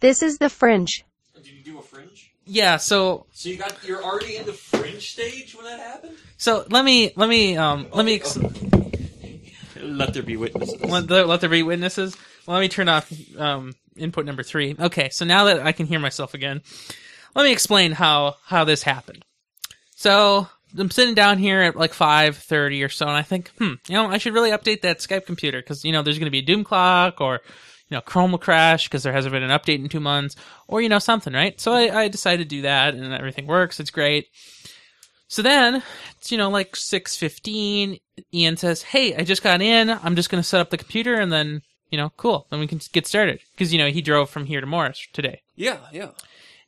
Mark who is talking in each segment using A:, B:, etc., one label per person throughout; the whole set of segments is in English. A: This is the fringe.
B: Did you do a fringe?
C: Yeah, so
B: So you got you're already in the fringe stage when that happened?
C: so let me let me um let me ex-
B: Let there be witnesses.
C: let, there, let there be witnesses. Let me turn off um input number 3. Okay, so now that I can hear myself again, let me explain how how this happened. So, I'm sitting down here at like 5:30 or so and I think, hmm, you know, I should really update that Skype computer cuz you know, there's going to be a doom clock or you know, Chrome will crash because there hasn't been an update in two months, or you know something, right? So I, I decided to do that, and everything works. It's great. So then, it's, you know, like six fifteen. Ian says, "Hey, I just got in. I'm just going to set up the computer, and then you know, cool. Then we can get started." Because you know he drove from here to Morris today,
B: Yeah, yeah.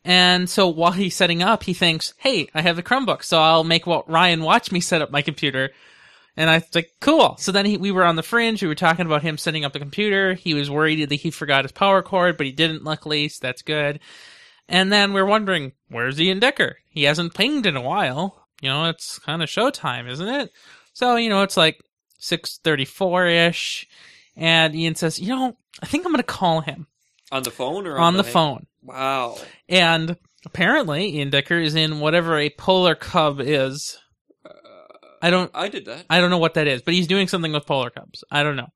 C: and so while he's setting up, he thinks, "Hey, I have the Chromebook, so I'll make what Ryan watch me set up my computer." And I was like, "Cool." So then he, we were on the fringe. We were talking about him setting up the computer. He was worried that he forgot his power cord, but he didn't. Luckily, so that's good. And then we're wondering, where's Ian Decker? He hasn't pinged in a while. You know, it's kind of showtime, isn't it? So, you know, it's like 6.34ish. And Ian says, you know, I think I'm going to call him
B: On the phone or
C: on the phone.
B: Wow.
C: And apparently Ian Decker is in whatever a polar cub is. I don't...
B: I did that.
C: I don't know what that is, but he's doing something with polar cubs. I don't know.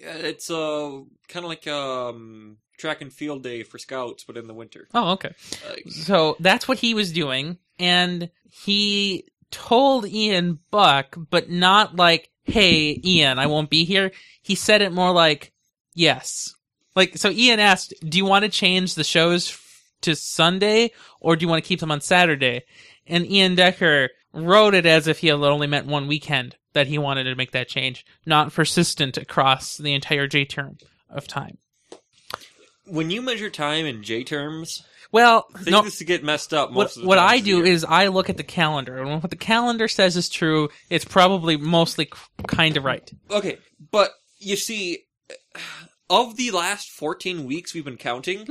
B: Yeah, It's uh kind of like um track and field day for scouts, but in the winter.
C: Oh, okay.
B: Uh,
C: So that's what he was doing, and he told Ian Buck, but not like, "Hey, Ian, I won't be here." He said it more like, "Yes." Like so, Ian asked, "Do you want to change the shows f- to Sunday, or do you want to keep them on Saturday?" And Ian Decker wrote it as if he had only meant one weekend that he wanted to make that change, not persistent across the entire J term of time.
B: when you measure time in J terms,
C: Well,
B: things
C: no,
B: get messed up most
C: what,
B: of the
C: what
B: times
C: I
B: of the
C: do
B: year.
C: is I look at the calendar, and what the calendar says is true. It's probably mostly kind of right.
B: Okay, but you see, of the last 14 weeks we've been counting,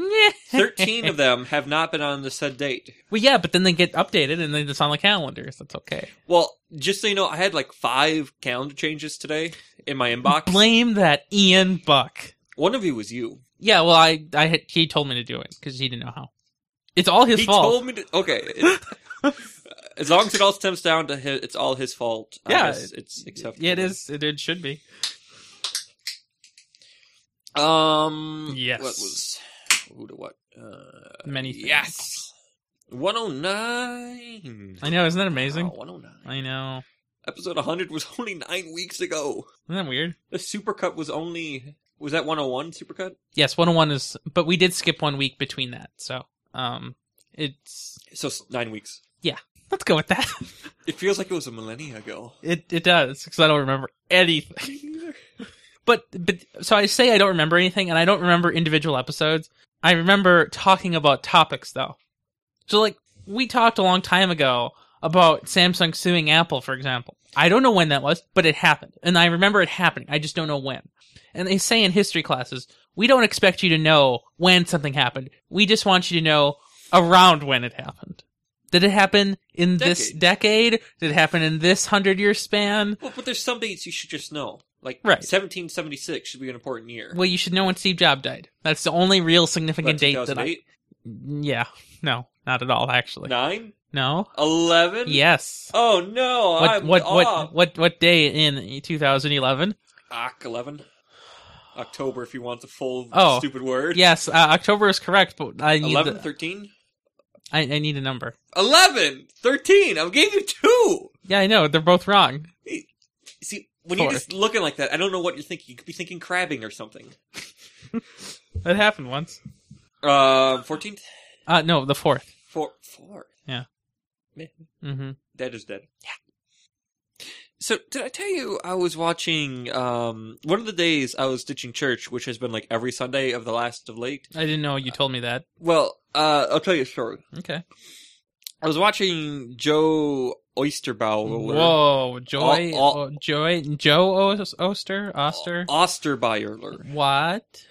B: 13 of them have not been on the said date.
C: well, yeah, but then they get updated, and then it's on the calendar. So it's okay.
B: Well, just so you know, I had like five calendar changes today in my inbox.
C: Blame that Ian Buck.
B: One of you was you.
C: Yeah, well, I, I had, he told me to do it because he didn't know how. It's all his
B: he
C: fault.
B: told me to. Okay. it- as long as it all stems down to his, it's all his fault. I
C: Yeah,
B: guess it's acceptable.
C: yeah, it is. It, it should be.
B: Um.
C: Yes.
B: What was who to what? Uh,
C: Many things.
B: Yes. 109.
C: I know. Isn't that amazing?
B: Wow, 109.
C: I know.
B: Episode 100 was only nine weeks ago.
C: Isn't that weird?
B: The supercut was only was that 101 supercut?
C: Yes, one on one is, but we did skip one week between that. So, um, it's
B: So s- nine weeks.
C: let's go with that.
B: It feels like it was a millennia ago.
C: It it does because I don't remember anything. But but so I say I don't remember anything, and I don't remember individual episodes. I remember talking about topics though. So like we talked a long time ago about Samsung suing Apple, for example. I don't know when that was, but it happened, and I remember it happening. I just don't know when. And they say in history classes, we don't expect you to know when something happened. We just want you to know around when it happened. Did it happen in this decade? Did it happen in this hundred year span?
B: Well, but there's some dates you should just know. Like
C: Right.
B: 1776 should be an important year.
C: Well, you should know when Steve Jobs died. That's the only real
B: Like
C: significant date that I.
B: 2008,
C: Yeah, no, not at all. Actually, no.
B: 9, 11.
C: Yes.
B: Oh no!
C: What
B: I'm
C: what
B: off.
C: what what what day in 2011?
B: Oc 11. October, if you want the full
C: Oh.
B: stupid word.
C: Yes, uh, October is correct, but I need
B: 11,
C: the,
B: 13?
C: I, I need a number.
B: 11! 13! I gave you two!
C: Yeah, I know they're both wrong.
B: See, when
C: Four.
B: you're just looking like that, I don't know what you're thinking. You could be thinking crabbing or something.
C: That happened once.
B: Um, 14th?
C: Uh, no, the fourth.
B: Four. Four.
C: Mm-hmm.
B: Dad is dead. Yeah. So, did I tell you I was watching, um, one of the days I was ditching church, which has been like every Sunday of the last of late.
C: I didn't know you told me that.
B: Well, uh, I'll tell you a story.
C: Okay.
B: I was watching Joe Oysterbauer.
C: Whoa, Joy,
B: All- all-
C: oh, Joy, Joe Os- Oster, Oster.
B: Oh, Osterbayerler.
C: What?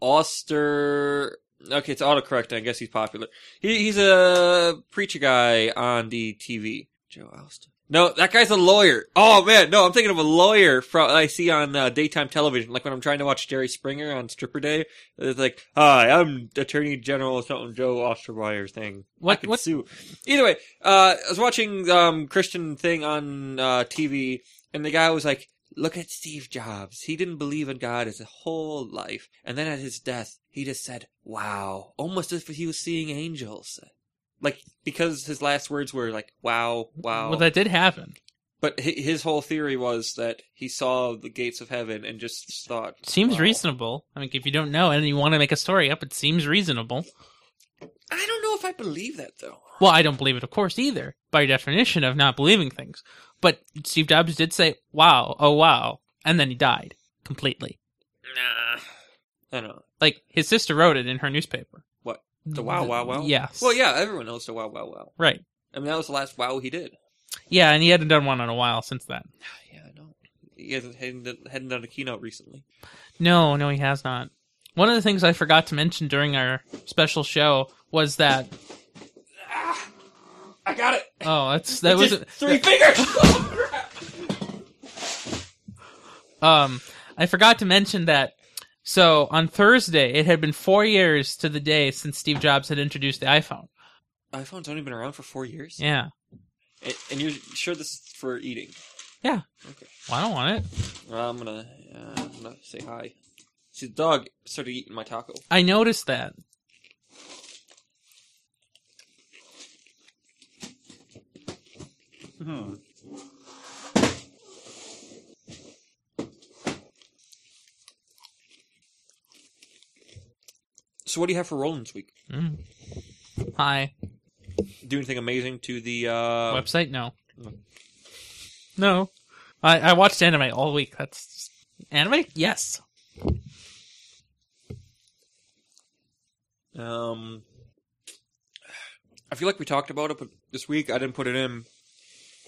B: Oster. Okay, it's autocorrect. I guess he's popular. He, he's a preacher guy on the TV. Joe Oster. No, that guy's a lawyer. Oh man, no, I'm thinking of a lawyer from I see on uh, daytime television, like when I'm trying to watch Jerry Springer on Stripper Day. It's like, hi, I'm Attorney General something Joe Osterweier thing.
C: What-
B: I could
C: what-
B: Sue. Either way, uh, I was watching um Christian thing on uh, TV, and the guy was like, "Look at Steve Jobs. He didn't believe in God his whole life, and then at his death, he just said, "Wow," almost as if he was seeing angels. Like because his last words were like, "Wow, wow."
C: Well, that did happen.
B: But hi- his whole theory was that he saw the gates of heaven and just thought
C: Seems
B: wow.
C: reasonable. I mean, if you don't know and you want to make a story up, it seems reasonable.
B: I don't know if I believe that though.
C: Well, I don't believe it, of course, either, by definition of not believing things. But Steve Jobs did say, wow, oh wow. And then he died completely.
B: Nah, I don't know
C: Like, his sister wrote it in her newspaper.
B: what the wow wow wow.
C: Yes.
B: Well, yeah, everyone knows the wow wow wow.
C: Right.
B: I mean, that was the last wow he did.
C: Yeah, and he hadn't done one in a while since that.
B: Yeah, I know. He hasn't hadn't, done- hadn't done a keynote recently.
C: No, no, he has not. One of the things I forgot to mention during our special show was that.
B: Ah, I got it.
C: Oh, that's that
B: Just
C: was
B: three fingers. Oh, crap.
C: Um, I forgot to mention that. So on Thursday, it had been four years to the day since Steve Jobs had introduced the iPhone.
B: iPhone's only been around for four years.
C: Yeah.
B: And, and you're sure this is for eating?
C: Well, I don't want it.
B: Well, I'm gonna, uh, I'm gonna say hi. See, the dog started eating my taco.
C: I noticed that.
B: Hmm. So, what do you have for rolling this week?
C: Mm. Hi.
B: Do anything amazing to the uh,
C: Website? No.
B: no.
C: No. I, I watched anime all week. That's anime? Yes.
B: Um, I feel like we talked about it, but this week I didn't put it in.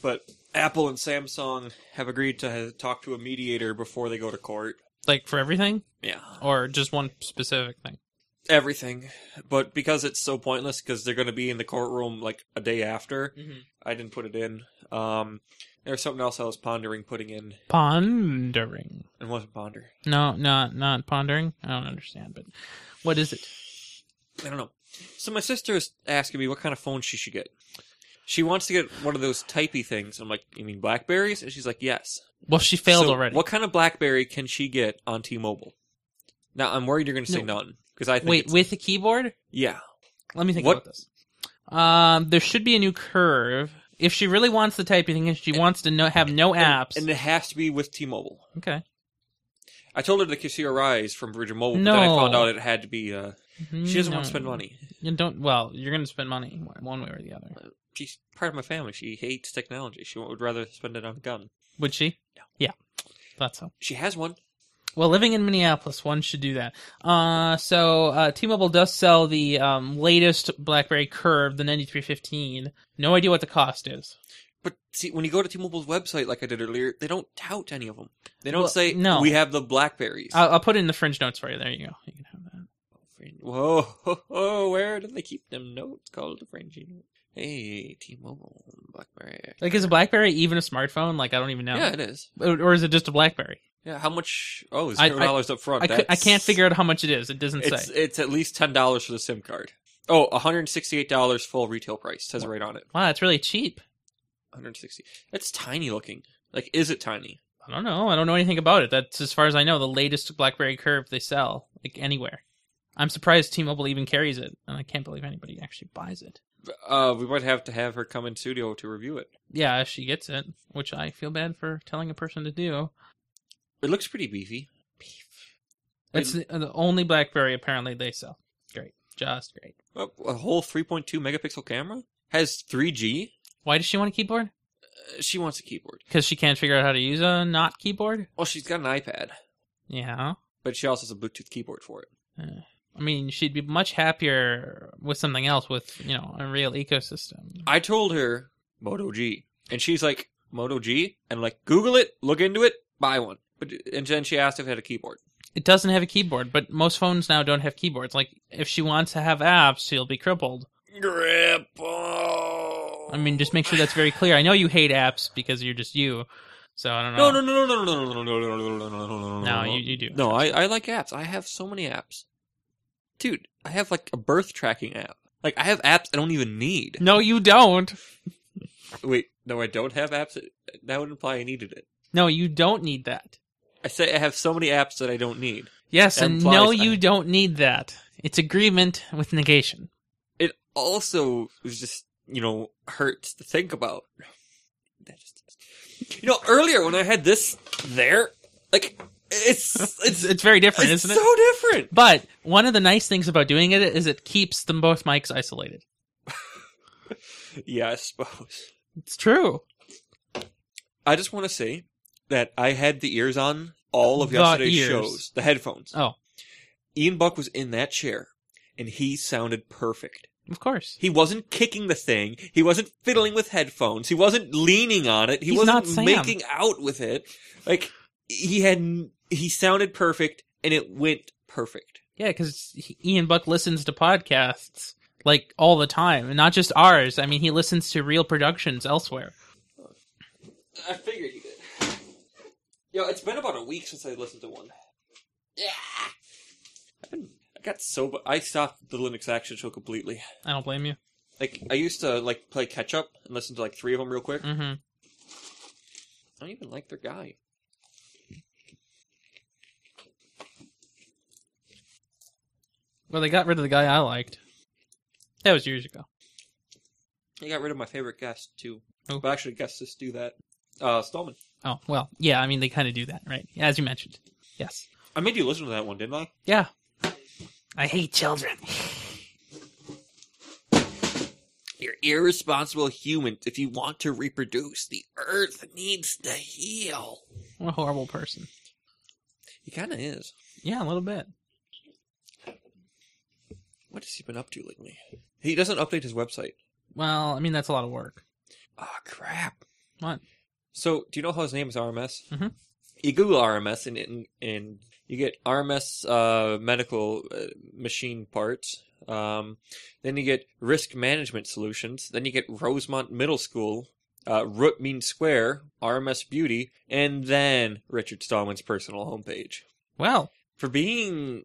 B: But Apple and Samsung have agreed to ha- talk to a mediator before they go to court.
C: Like for everything,
B: Yeah,
C: or just one specific thing.
B: everything. But because it's so pointless, because they're going to be in the courtroom like a day after, I didn't put it in. Um, there's something else I was pondering putting in
C: Pondering.
B: and wasn't ponder.
C: No, not not pondering. I don't understand. But what is it?
B: I don't know. So my sister is asking me what kind of phone she should get. She wants to get one of those typey things. I'm like, you mean Blackberries? And she's like, yes.
C: Well, she failed
B: So,
C: already.
B: What kind of BlackBerry can she get on T-Mobile? Now I'm worried you're going to say
C: No.
B: none because I think
C: Wait,
B: it's-
C: with a keyboard?
B: yeah,
C: Let me think
B: What-
C: about this. Um, there should be a new curve. If she really wants the typing thing, and she wants to no, have no apps,
B: and it has to be with T-Mobile.
C: okay.
B: I told her to kiss your eyes from Virgin Mobile, but then I
C: No.
B: found out it had to be. Uh, she doesn't want to
C: No.
B: spend money.
C: You don't. Well, you're going to spend money one way or the other.
B: She's part of my family. She hates technology. She would rather spend it on a gun.
C: Would she? Yeah. Thought so.
B: She has one.
C: Well, living in Minneapolis, one should do that. Uh, so uh, T-Mobile does sell the um, latest BlackBerry Curve, the 9315. No idea what the cost is.
B: But see, when you go to T-Mobile's website, like I did earlier, they don't tout any of them. They don't
C: Well,
B: say
C: no. Uh,
B: we have the Blackberries.
C: I'll, I'll put it in the fringe notes for you. There you go. You can have that.
B: Whoa, ho, ho, where do they keep them notes called the Frenchie note? Hey, T-Mobile, BlackBerry.
C: Like, is a BlackBerry even a smartphone? Like, I don't even know.
B: Yeah, it is.
C: Or or is it just a BlackBerry?
B: Yeah, how much? Oh,
C: I-
B: zero dollars up front.
C: I, cou- I
B: That's-
C: can't figure out how much it is. It doesn't
B: It's
C: say.
B: it's at least ten dollars for the SIM card. Oh, one hundred sixty-eight dollars full retail price says it right on it.
C: Wow, it's really cheap.
B: One hundred sixty. That's tiny looking. Like, is it tiny?
C: I don't know. I don't know anything about it. That's as far as I know. The latest BlackBerry Curve they sell like anywhere. I'm surprised T-Mobile even carries it, and I can't believe anybody actually buys it.
B: Uh, we might have to have her come in studio to review it.
C: Yeah, she gets it, which I feel bad for telling a person to do.
B: It looks pretty beefy.
C: It's the, uh, the only BlackBerry apparently they sell. Great, just great.
B: A, Oh, a whole three point two megapixel camera has three G.
C: Why does she want a keyboard?
B: She wants a keyboard.
C: Because she can't figure out how to use a not keyboard.
B: Well, she's got an iPad,
C: Yeah.
B: but she also has a Bluetooth keyboard for it.
C: I mean, she'd be much happier with something else, with you know, a real ecosystem.
B: I told her Moto G, and she's like Moto G, and I'm like Google it, look into it, buy one. But and then she asked if it had a keyboard.
C: It doesn't have a keyboard, but most phones now don't have keyboards. Like, if she wants to have apps, she'll be crippled.
B: Gripple.
C: I mean, just make sure that's very clear. I know you hate apps because you're just you. So I don't know.
B: No, no, no, no, no, no, no, no, no, no, no, no, no, no, no,
C: No, you, you do.
B: No, I, I like apps. I have so many apps. Dude, I have like a birth tracking app. Like I have apps I don't even need.
C: No, you don't.
B: Wait, no, I don't have apps. That would imply I needed it.
C: No, you don't need that.
B: I say I have so many apps that I don't need.
C: Yes,
B: That
C: and no,
B: implies I-
C: you don't need that. It's agreement with negation.
B: It also was just you know hurts to think about. That just, you know, earlier when I had this there, like it's
C: It's
B: it's
C: it's very different,
B: it's
C: isn't it?
B: so different.
C: But one of the nice things about doing it is it keeps them both mics isolated.
B: Yeah, I suppose.
C: It's true.
B: I just want to say that I had the ears on all of
C: The
B: yesterday's
C: ears.
B: shows, the headphones.
C: Oh,
B: Ian Buck was in that chair, and he sounded perfect.
C: of course.
B: He wasn't kicking the thing. He wasn't fiddling with headphones. He wasn't leaning on it. He
C: He's
B: wasn't
C: not Sam.
B: making out with it. Like he had, n- he sounded perfect, and it went perfect.
C: Yeah, because Ian Buck listens to podcasts like all the time, and not just ours. I mean, he listens to real productions elsewhere.
B: I figured you did. Yo, it's been about a week since I listened to one. Yeah. I've been, I got so, bu- I stopped the Linux Action Show completely.
C: I don't blame you.
B: Like, I used to, like, play catch up and listen to, like, three of them real quick.
C: hmm
B: I don't even like their guy.
C: Well, they got rid of the guy I liked. That was years ago.
B: They got rid of my favorite guest, too.
C: Who?
B: But actually, guests just do that. Uh, Stallman.
C: Oh well, yeah. I mean, they kind of do that, right? As you mentioned. Yes.
B: I made you listen to that one, didn't I?
C: Yeah. I hate children.
B: You're irresponsible humans. If you want to reproduce, the earth needs to heal.
C: I'm a horrible person.
B: He kinda is.
C: Yeah, a little bit.
B: What has he been up to lately? He doesn't update his website.
C: Well, I mean, that's a lot of work.
B: Oh crap!
C: What?
B: So do you know how his name is RMS?
C: Mhm.
B: You Google RMS and and, and you get RMS uh, medical uh, machine parts. Um, then you get risk management solutions. Then you get Rosemont Middle School, uh, Root Mean Square, RMS Beauty, and then Richard Stallman's personal homepage.
C: Well,
B: For being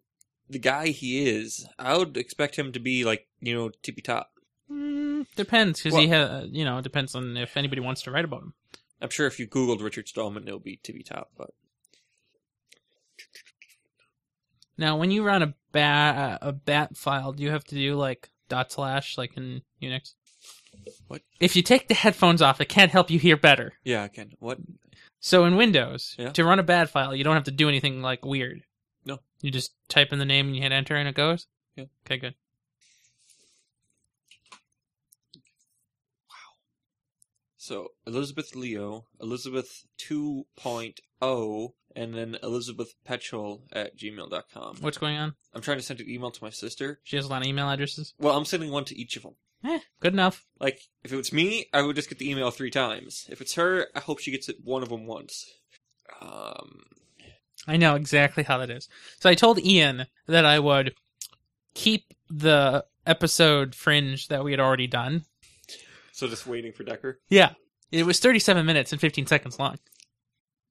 B: the guy he is, I would expect him to be like you know tippy top.
C: mm, depends because he
B: What?
C: had, you know, it depends on if anybody wants to write about him.
B: I'm sure if you Googled Richard Stallman, it'll be tippy top. But
C: Now, when you run a bat a bat file, do you have to do like dot slash like in Unix?
B: What?
C: If you take the headphones off, it can't help you hear better.
B: yeah, I can. What?
C: So in Windows,
B: Yeah.
C: to run a bat file, you don't have to do anything like weird.
B: No.
C: You just type in the name and you hit enter and it goes.
B: Yeah.
C: Okay, good.
B: So Elizabeth Leo, Elizabeth 2.0, and then Elizabeth Petchel at gmail.com.
C: What's going on?
B: I'm trying to send an email to my sister.
C: She has a lot of email addresses.
B: Well, I'm sending one to each of them.
C: Eh, good enough.
B: Like, if it's me, I would just get the email three times. If it's her, I hope she gets it one of them once. Um,
C: I know exactly how that is. So I told Ian that I would keep the episode fringe that we had already done.
B: so just waiting for Decker.
C: Yeah. It was 37 minutes and 15 seconds long.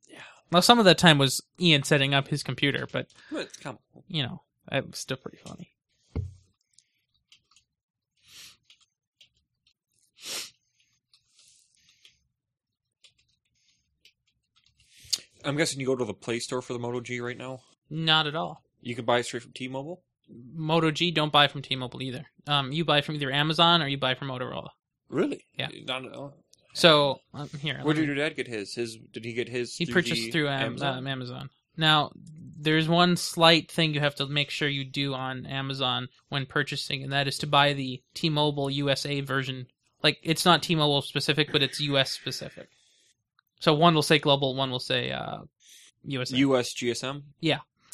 B: Yeah.
C: Well, some of that time was Ian setting up his computer, but,
B: But it's comical.
C: you know, it was still pretty funny.
B: I'm guessing you go to the Play Store for the Moto G right now.
C: Not at all.
B: You can buy it straight from T-Mobile.
C: Moto G don't buy from T-Mobile either. Um, you buy from either Amazon or you buy from Motorola.
B: Really?
C: Yeah.
B: Not at all.
C: So um, here, let
B: Where
C: me-
B: did your dad get his? His? Did he get his?
C: he
B: through
C: purchased
B: the
C: through Am- Amazon? Um, Amazon. Now, there's one slight thing you have to make sure you do on Amazon when purchasing, and that is to buy the T-Mobile USA version. Like it's not T-Mobile specific, but it's US specific. So one will say global, one will say uh, USA.
B: U.S. GSM.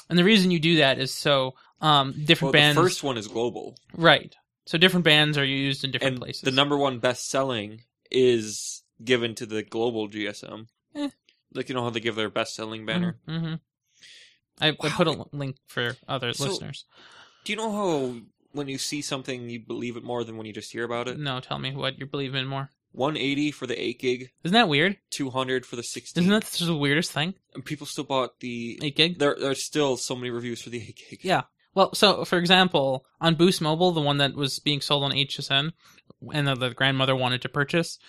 C: and the reason you do that is so um,
B: Well,
C: different bands,
B: the first one is global,
C: right? So different bands are used in different
B: and
C: places.
B: the number one best selling is given to the global GSM.
C: Eh.
B: Like you know how they give their best selling banner.
C: Mm-hmm. I, I
B: Wow.
C: put a l- link for other
B: So-
C: listeners. Mm.
B: Do you know
C: Mm.
B: how when you see something you believe it more than when you just hear about it?
C: No, tell me what you believe in more.
B: 180 for the 8 gig,
C: Isn't that weird?
B: 200 for the 16.
C: Isn't that just the weirdest thing?
B: And people still bought the.
C: Eight gig.
B: There, there's still so many reviews for the 8 gig.
C: Yeah. Well, so for example, on Boost Mobile, the one that was being sold on HSN, and that the grandmother wanted to purchase,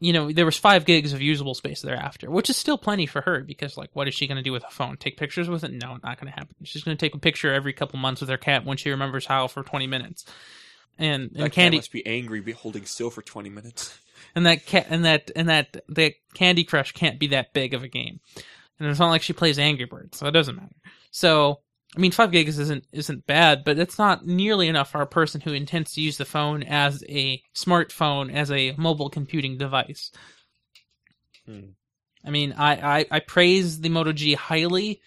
C: you know, there was five gigs of usable space thereafter, which is still plenty for her because, like, what is she going to do with a phone? Take pictures with it? No, not going to happen. She's going to take a picture every couple months with her cat when she remembers how for twenty minutes, and and
B: That cat
C: Candy
B: must be angry, be holding still for 20 minutes.
C: and that cat and that and that that Candy Crush can't be that big of a game, and it's not like she plays Angry Birds, so it doesn't matter. So I mean, five gigs isn't isn't bad, but it's not nearly enough for a person who intends to use the phone as a smartphone as a mobile computing device.
B: Hmm.
C: I mean, I, I, I praise the Moto G highly.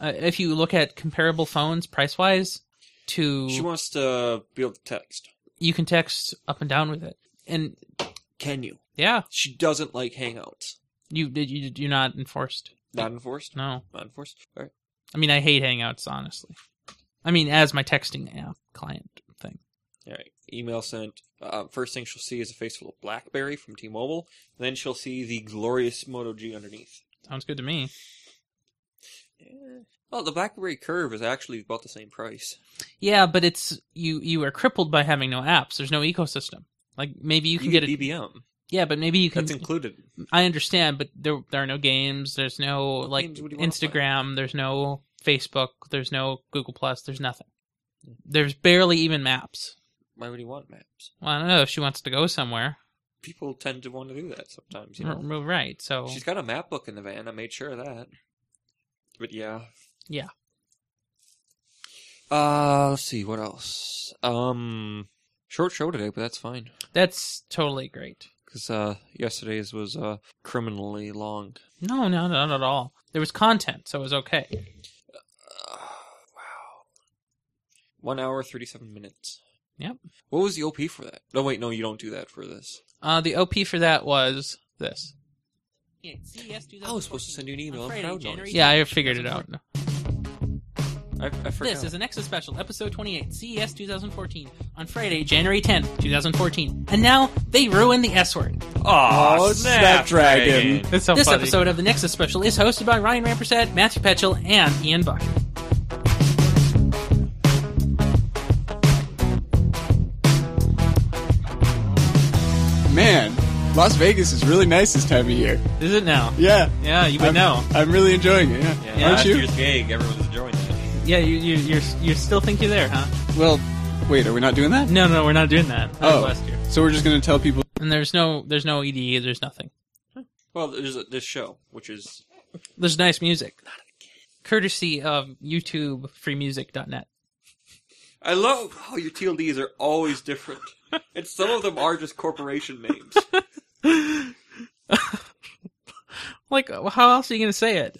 C: Uh, if you look at comparable phones price wise, to
B: She wants to be able to text.
C: you can text up and down with it, and
B: Can you?
C: yeah,
B: She doesn't like Hangouts.
C: you did you you're not enforced.
B: Not enforced?
C: No,
B: Not enforced? Alright.
C: I mean, I hate Hangouts, honestly. I mean, as my texting app client thing.
B: Alright. Email sent. Uh, first thing she'll see is a face full of Blackberry from T Mobile. Then she'll see the glorious Moto G underneath.
C: Sounds good to me.
B: Yeah. Well, the BlackBerry Curve is actually about the same price.
C: Yeah, but it's you. You are crippled by having no apps. There's no ecosystem. Like maybe you can get it.
B: BBM.
C: Yeah, but maybe you can.
B: That's included.
C: I understand, but there there are no games. There's no like
B: games would you wanna play?
C: Instagram. There's no Facebook. There's no Google Plus. There's nothing. There's barely even maps.
B: Why would you want maps?
C: Well, I don't know if she wants to go somewhere.
B: People tend to want to do that sometimes. You know,
C: R- right. So
B: she's got a map book in the van. I made sure of that. But yeah,
C: Yeah.
B: Uh, let's see what else. Um, short show today, but that's fine
C: that's totally great.
B: because uh, yesterday's was uh criminally long.
C: No, no, not at all. There was content, so it was okay.
B: Uh, wow, one hour thirty-seven minutes.
C: Yep.
B: What was the OP for that? No, wait, no, you don't do that for this.
C: Uh, the OP for that was this. E
B: I was supposed to send you an email. I,
C: Yeah, I figured it out.
B: I, I forgot.
C: This is a Nexus special, episode E 28, CES 2014, on Friday, January 10th, 2014. And now they ruin the S word.
B: Aw,
A: Oh, Snapdragon.
C: That's so this episode of the Nexus special is hosted by Ryan Rampersad, Matthew Petchel, and Ian Buck.
A: Man, Las Vegas is really nice this time of year.
C: Is it now?
A: Yeah.
C: Yeah, you would
A: I'm,
C: know.
A: I'm really enjoying it. Yeah.
B: Yeah,
A: Aren't
B: last
A: you?
B: year's gig, everyone was enjoying it.
C: Yeah, you you you're, you still think you're there, huh?
A: Well, wait, are we not doing that?
C: No, no, we're not doing that. That was
A: Oh.
C: last year.
A: So we're just going to tell people.
C: And there's no there's no EDE, there's nothing.
B: Well, there's a, this show, which is
C: There's nice music. Courtesy of YouTube freemusic.net.
B: I love how your TLDs are always different, and some of them are just corporation names.
C: Like, how else are you going to say it?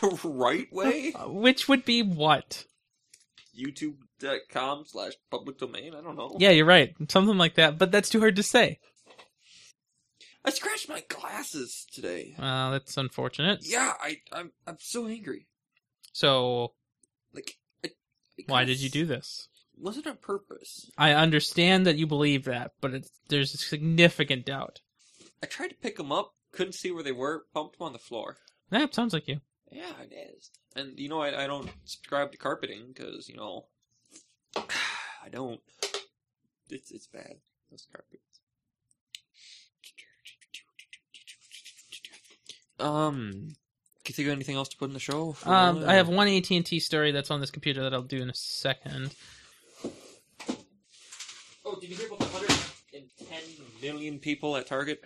B: the right way,
C: Which would be what?
B: YouTube.com slash public domain. I don't know.
C: Yeah, you're right. Something like that, but that's too hard to say.
B: I scratched my glasses today.
C: Uh, that's unfortunate.
B: Yeah, I, I'm I'm so angry.
C: So,
B: Like, I, I
C: why
B: kinda
C: did you
B: s-
C: do this?
B: Was it on purpose?
C: I understand that you believe that, but it's, there's a significant doubt.
B: I tried to pick them up, couldn't see where they were, bumped them on the floor.
C: That sounds like you.
B: Yeah, it is. And you know, I, I don't subscribe to carpeting because you know, I don't. It's it's bad. Those carpets. Um, can you think of anything else to put in the show? for-
C: Um, I have one AT and T story that's on this computer that I'll do in a second.
B: Oh, did you hear about the 110 million people at Target?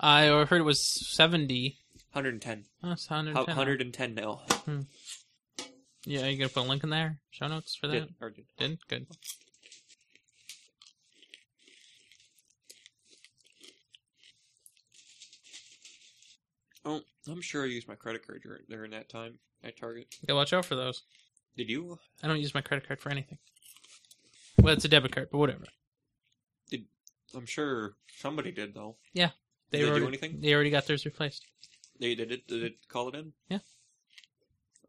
C: I heard it was seventy.
B: 110.
C: Oh, it's
B: How-
C: 110.
B: 110 now.
C: Yeah, you gonna put a link in there? Show notes for that?
B: Did, or did.
C: Didn't? Good.
B: Oh, I'm sure I used my credit card dur- during that time at Target.
C: Gotta watch out for those.
B: Did you?
C: I don't use my credit card for anything. Well, it's a debit card, but whatever.
B: I'm sure somebody did though.
C: Yeah.
B: Did they
C: already,
B: do anything?
C: They already got theirs replaced.
B: They did it. Did it call it in?
C: Yeah.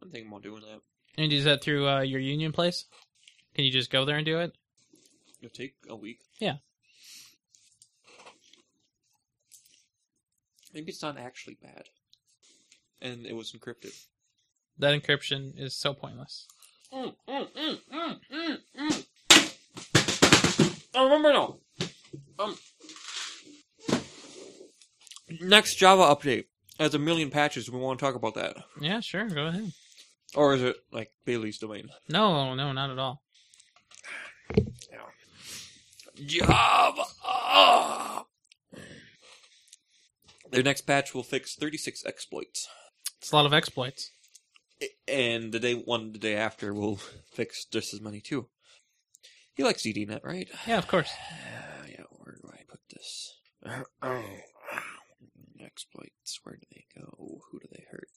B: I'm thinking about doing that.
C: And is that through uh, your union place? Can you just go there and do it?
B: It'll take a week. Maybe it's not actually bad. And it was encrypted.
C: That encryption is so pointless.
B: Mm, mm, mm, mm, mm, Oh, mm. I remember now. Um, next Java update has a million patches. We want to talk about that,
C: Yeah, sure. Go ahead.
B: or is it like Bailey's domain?
C: No, no, not at all.
B: Java. Their next patch will fix 36 exploits,
C: It's a lot of exploits.
B: and the day one, the day after, will fix just as many too. You like ZDNet, right?
C: Yeah, of course.
B: Uh, yeah, where do I put this? Exploits, where do they go? Who do they hurt?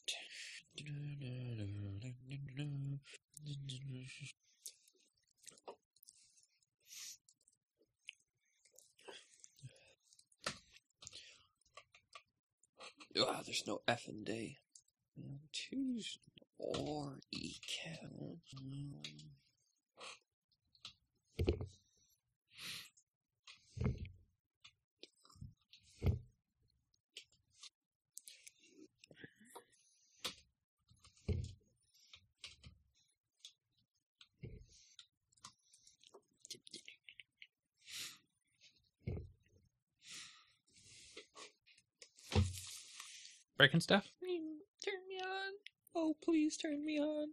B: Ah, there's no F and D. Choose or E count.
C: Breaking stuff.
B: Turn me on. Oh, please turn me on.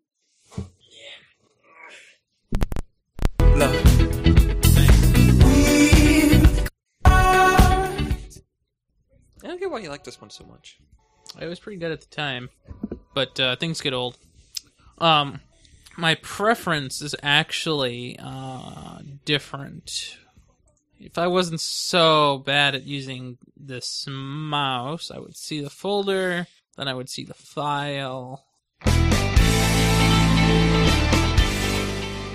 B: I don't get why you like this one so much.
C: It was pretty good at the time, but uh, things get old. Um, my preference is actually uh, different. If I wasn't so bad at using this mouse, I would see the folder, then I would see the file.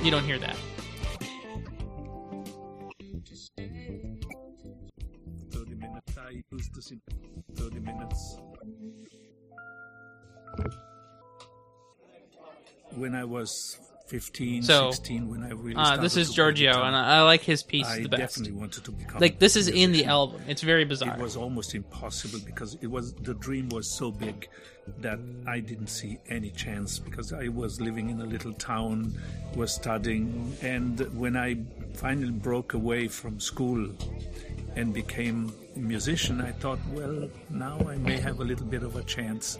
C: You don't hear that.
D: Thirty minutes. I used to see thirty minutes. When I was 15,
C: So,
D: 16, when I really
C: Uh, this is
D: started to play
C: Giorgio,
D: guitar,
C: and I, I like his piece
D: I
C: the best.
D: definitely wanted to become
C: Like this is in the
D: musician.
C: album. It's very
D: It
C: bizarre.
D: was almost impossible because it was the dream was so big that I didn't see any chance because I was living in a little town, was studying, and when I finally broke away from school and became a musician, I thought, well, now I may have a little bit of a chance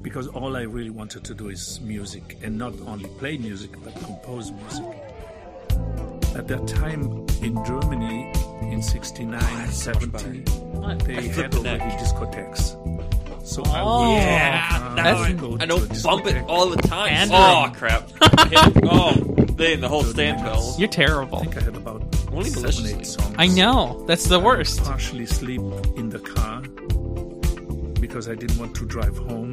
D: because all I really wanted to do is music and not only play music but compose music. At that time in Germany in 69, 70,
C: What?
D: they had
B: the neck.
D: already discotheques. So I
C: Oh.
D: would
C: Yeah, that's-
D: go
B: I
D: to a
B: don't bump it
D: discotheque.
B: all the time.
C: And
B: oh crap! oh, they and the whole stand fell.
C: You're terrible.
D: I think I had about
B: Only
D: seven,
B: maliciously.
D: eight songs.
C: I know. That's the worst.
D: Partially sleep in the car because I didn't want to drive home,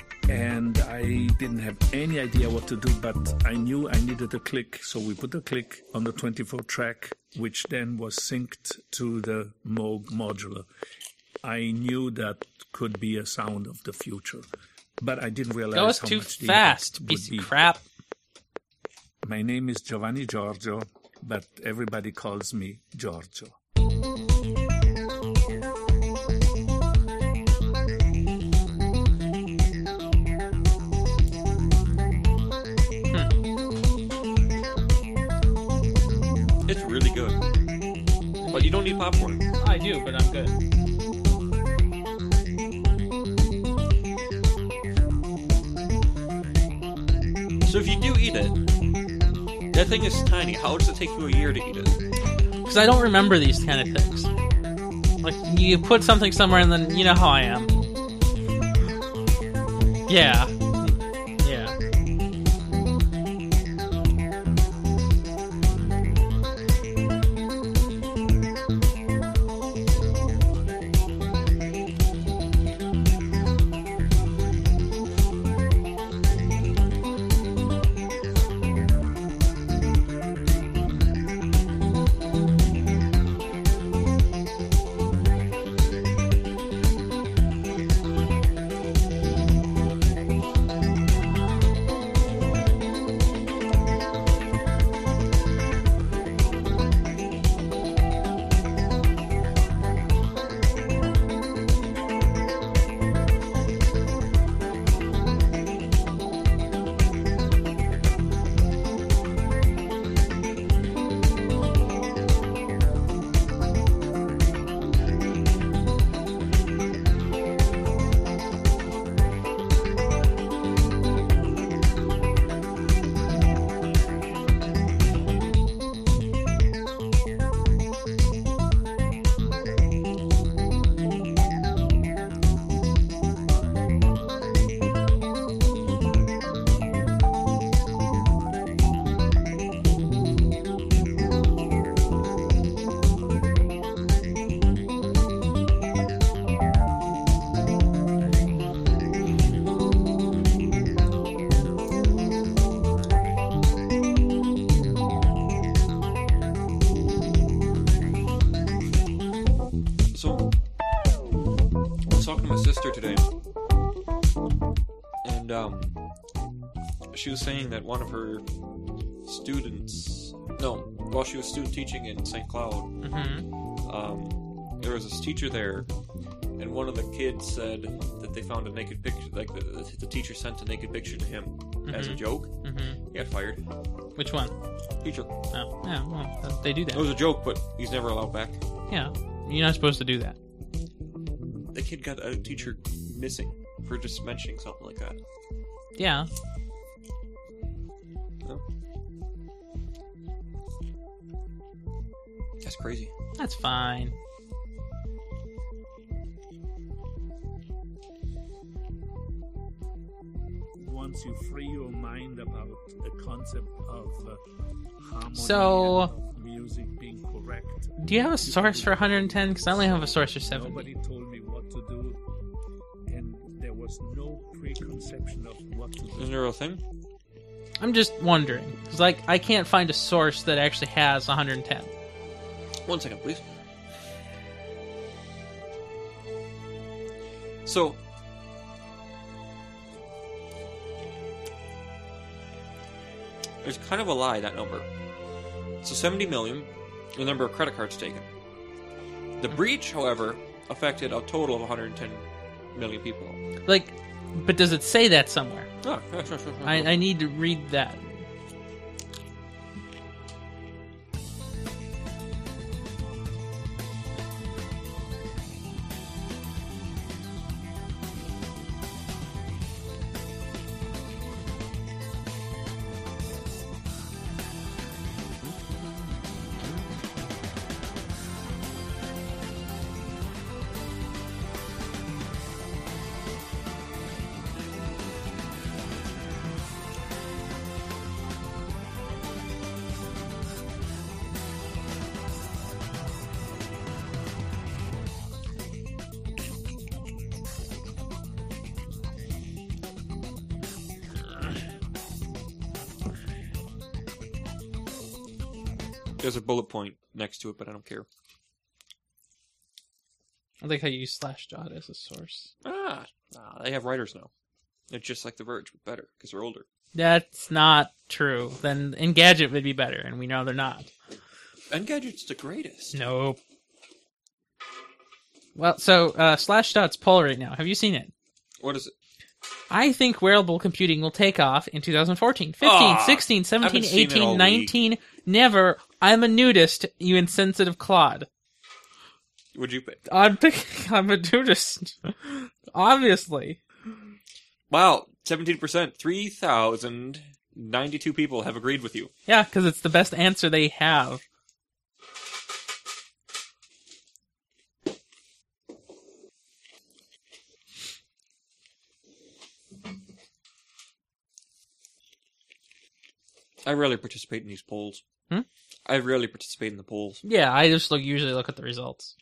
D: And I didn't have any idea what to do, but I knew I needed a click. So we put a click on the 24 track, which then was synced to the Moog modular. I knew that could be a sound of the future, but I didn't realize
C: That was
D: how
C: too
D: much the
C: fast,
D: impact
C: piece
D: would
C: of
D: be.
C: crap.
D: My name is Giovanni Giorgio, but everybody calls me Giorgio.
B: It's really good, but you don't need popcorn.
C: I do, but I'm good.
B: So if you do eat it, that thing is tiny. How does it take you a year to eat it?
C: Because I don't remember these kind of things. Like, you put something somewhere and then you know how I am. Yeah. Yeah.
B: my sister today, and um, she was saying that one of her students, no, while she was student teaching in St. Cloud,
C: Mm-hmm.
B: um, there was this teacher there, and one of the kids said that they found a naked picture, like the, the teacher sent a naked picture to him as a joke.
C: Mm-hmm.
B: He got fired.
C: Which one?
B: Teacher.
C: Oh, yeah. Well, they do
B: It
C: that.
B: was a joke, but he's never allowed back.
C: Yeah. You're not supposed to do that.
B: The kid got a teacher missing for just mentioning something like that.
C: Yeah.
B: That's crazy.
C: That's fine.
D: Once you free your mind about the concept of uh, harmony
C: So-
D: and of music being correct,
C: Do you have a source for 110? Because I only have a source for 70.
D: Nobody told me what to do, and there was no preconception of what to do.
B: Isn't there a thing?
C: I'm just wondering. Because, like, I can't find a source that actually has 110.
B: One second, please. So, there's kind of a lie that number. So, 70 million, the number of credit cards taken. The breach, however, affected a total of 110 million people.
C: Like, but does it say that somewhere?
B: Ah, sure, sure, sure, sure.
C: I, I need to read that.
B: There's a bullet point next to it, but I don't care.
C: I like how you use Slashdot as a source.
B: Ah, nah, they have writers now. They're just like The Verge, but better because they're older.
C: That's not true. Then Engadget would be better, and we know they're not.
B: Engadget's the greatest.
C: Nope. Well, so uh, Slashdot's poll right now. Have you seen it?
B: What is it?
C: I think wearable computing will take off in 2014, 15,
B: Aw,
C: 16, 17,
B: I've been seeing it
C: 18,
B: all
C: 19. Never. I'm a nudist, you insensitive clod.
B: Would you pick?
C: I'm picking. I'm a nudist. Obviously.
B: Wow, seventeen percent, three thousand ninety-two people have agreed with you.
C: Yeah, because it's the best answer they have.
B: I rarely participate in these polls.
C: Hmm?
B: I rarely participate in the polls.
C: Yeah, I just look usually look at the results.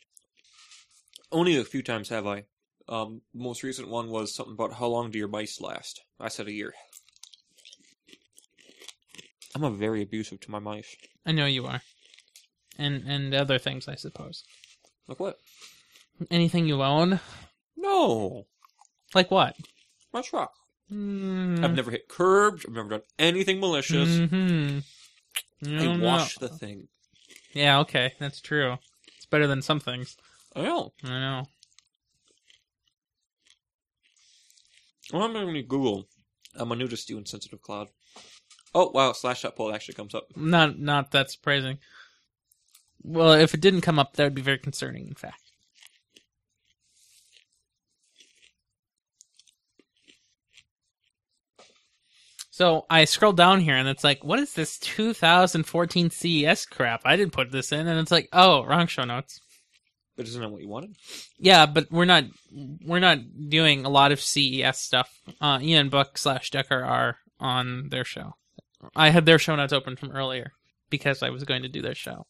B: Only a few times have I. Um, the most recent one was something about how long do your mice last. I said a year. I'm a very abusive to my mice.
C: I know you are, and and other things, I suppose.
B: Like what?
C: Anything you own,
B: No,
C: like what?
B: that's rock.
C: Mm.
B: I've never hit curbs. I've never done anything malicious.
C: Mhm. You
B: I
C: don't know.
B: wash the thing.
C: Yeah, okay, that's true. It's better than some things.
B: I know.
C: I know.
B: Well, I'm going to Google. I'm a nudist to insensitive cloud. Oh wow, slash that poll actually comes up.
C: Not not that surprising. Well, if it didn't come up, that would be very concerning. In fact, so I scroll down here and it's like, what is this 2014 CES E crap? I didn't put this in, and it's like, oh, wrong show notes.
B: But isn't that what you wanted?
C: Yeah, but we're not we're not doing a lot of CES stuff. Uh, Ian Buck slash Decker are on their show. I had their show notes open from earlier because I was going to do their show.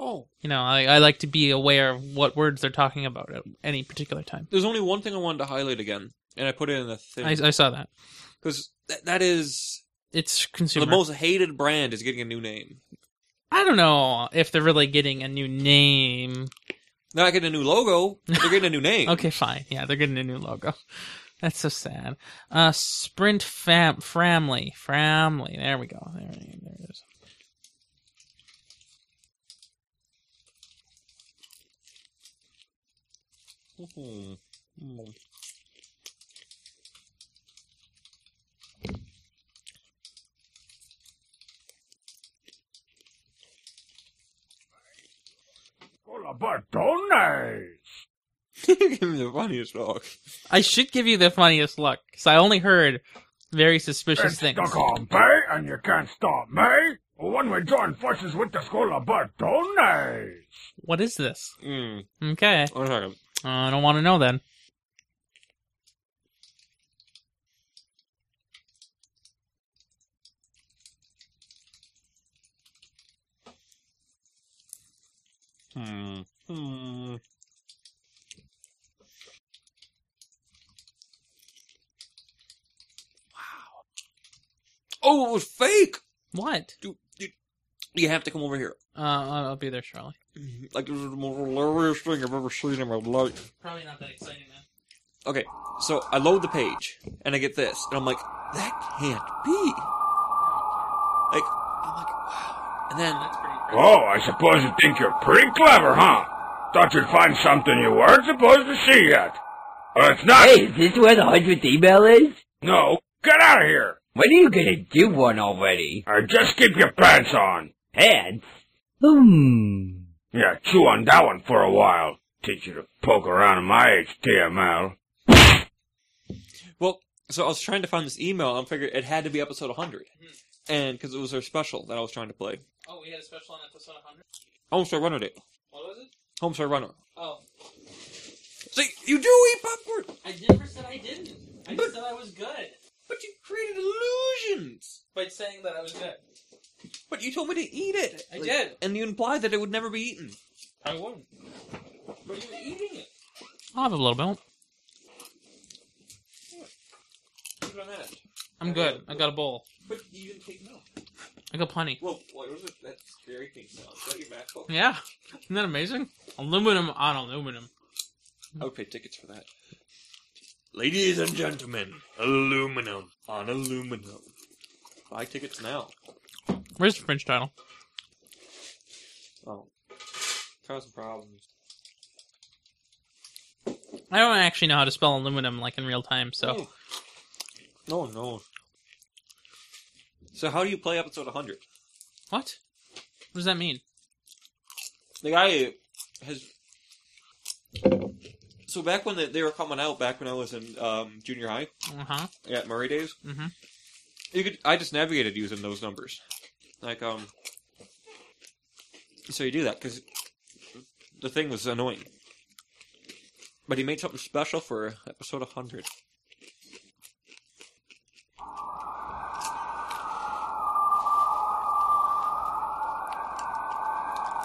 B: Oh,
C: You know, I, I like to be aware of what words they're talking about at any particular time.
B: there's only one thing I wanted to highlight again, and I put it in the
C: I,
B: thing
C: I saw that.
B: because that, that is
C: It's consumer.
B: the most hated brand is getting a new name.
C: I don't know if they're really getting a new name.
B: They're not getting a new logo. but They're getting a new name.
C: Okay, fine. Yeah, they're getting a new logo. That's so sad. Uh, Sprint Fam Framley Framley. There we go. There, there it is.
E: Hmm.
B: Mhm. Mhm. Give me the funniest look.
C: I should give you the funniest look because I only heard very suspicious things.
E: on Bay, and you can't stop me. When we join forces with the School of Bartones.
C: What is this?
B: Mm.
C: Okay,
B: One second.
C: uh, I don't want to know then.
B: Hmm. Hmm. Wow. Oh, it was fake.
C: What?
B: Dude, dude, you have to come over here. Mm-hmm.
C: Uh, I'll I'll be there shortly.
B: Like this is the most hilarious thing I've ever seen in my life.
C: Probably not that exciting then.
B: Okay, so I load the page and I get this, and I'm like, that can't be. Like I'm like, wow. And then
C: That's pretty. Impressive.
E: Oh, I suppose you think you're pretty clever, huh? Thought you'd find something you weren't supposed to see yet. Well, it's not.
F: Hey, is this where the hundredth email is?
E: No, get out of here.
F: When are you gonna do one already?
E: Or just keep your pants on.
F: Pants? Hmm.
E: Yeah, chew on that one for a while. Teach you to poke around in my HTML.
B: Well, so I was trying to find this email and figured it had to be episode 100. And because it was their special that I was trying to play.
C: Oh, we had a special on episode 100.
B: Homestar Runner Day.
C: What was it?
B: Homestar Runner.
C: Oh,
B: See, you do eat popcorn,
C: I never said I didn't. I just said I was good
B: but you created illusions.
C: by saying that I was good.
B: But you told me to eat it.
C: I did.
B: And you implied that it would never be eaten.
C: I wouldn't.
B: But you were eating it.
C: I'll have a little bit.
B: Put it on that.
C: I'm good. I got a bowl.
B: But you didn't take milk.
C: I got plenty.
B: Well, what was it? That scary thing now. Is that your MacBook?
C: Yeah. Isn't that amazing? Aluminum on aluminum.
B: I would pay tickets for that. Ladies and gentlemen, aluminum on aluminum. Buy tickets now.
C: Where's the French title?
B: Oh. Causing problems.
C: I don't actually know how to spell aluminum like in real time, so
B: Oh. No, no. So how do you play episode 100?
C: what? What does that mean?
B: The guy has. So back when they, they were coming out, back when I was in um, junior high
C: Uh huh.
B: at Murray Days,
C: Mhm.
B: you could I just navigated using those numbers, like um. So you do that because the thing was annoying. But he made something special for episode 100.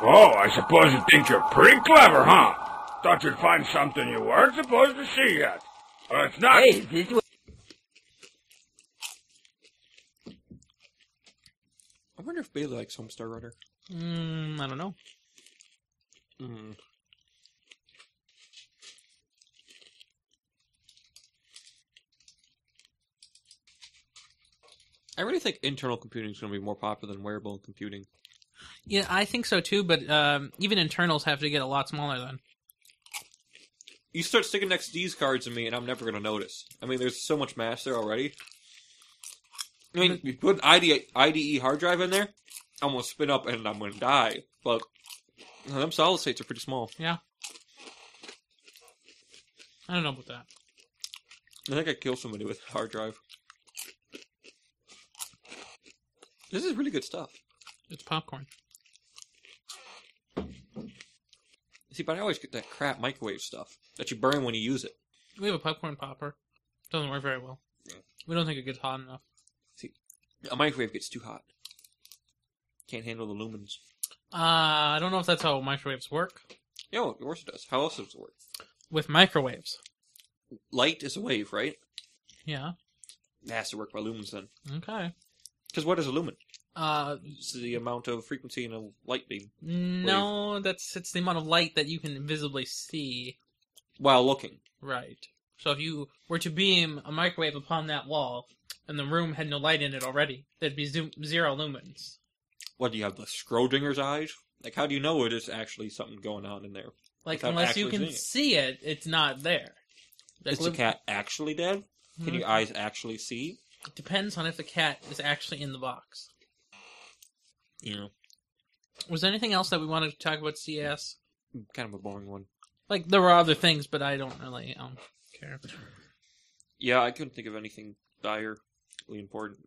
E: Oh, I suppose you think you're pretty clever, huh? Thought you'd find something you weren't supposed to see yet. Well, it's not.
F: Hey, is this where...
B: I wonder if Bailey likes Homestar Runner.
C: Mm, I don't know.
B: Mm. I really think internal computing is going to be more popular than wearable computing.
C: Yeah, I think so too. But um, even internals have to get a lot smaller then.
B: You start sticking next these cards to me, and I'm never going to notice. I mean, there's so much mass there already. I mean, you put an IDE, IDE E hard drive in there, I'm going to spin up and I'm going to die. But uh, them solid states are pretty small.
C: I don't know about that.
B: I think I killed somebody with a hard drive. This is really good stuff.
C: It's popcorn.
B: See, but I always get that crap microwave stuff that you burn when you use it.
C: We have a popcorn popper. Doesn't work very well. We don't think it gets hot enough.
B: A microwave gets too hot. Can't handle the lumens.
C: Uh, I don't know if that's how microwaves work
B: Yo, of course it does. How else does it work?
C: with microwaves.
B: Light is a wave, right?
C: Yeah.
B: It has to work by lumens then.
C: Okay.
B: Because what is a lumen?
C: Uh,
B: It's the amount of frequency in a light beam
C: no, that's it's the amount of light that you can visibly see.
B: while looking.
C: Right. So if you were to beam a microwave upon that wall, and the room had no light in it already, there'd be zo- zero lumens.
B: What do you have? The Schrodinger's eyes? Like, how do you know it is actually something going on in there?
C: Like
B: Without
C: unless you
B: actually
C: can
B: seeing it.
C: see it, it's not there. Like,
B: Is the
C: liv-
B: cat actually dead? Can your eyes actually see?
C: depends on if the cat is actually in the box.
B: Yeah.
C: Was there anything else that we wanted to talk about CS?
B: Kind of a boring one.
C: Like there were other things, but I don't really um care.
B: Yeah, I couldn't think of anything direly important.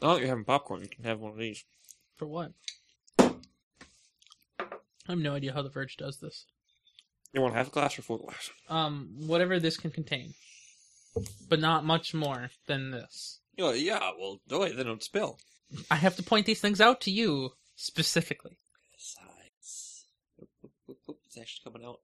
B: Oh, you're having popcorn. You can have one of these.
C: For what? I have no idea how the Verge does this.
B: You want half a glass or full glass?
C: Um, whatever this can contain, but not much more than this.
B: You know, yeah, well, the way they don't spill.
C: I have to point these things out to you specifically.
B: Sides. Oop, oop, oop, oop, It's actually coming out.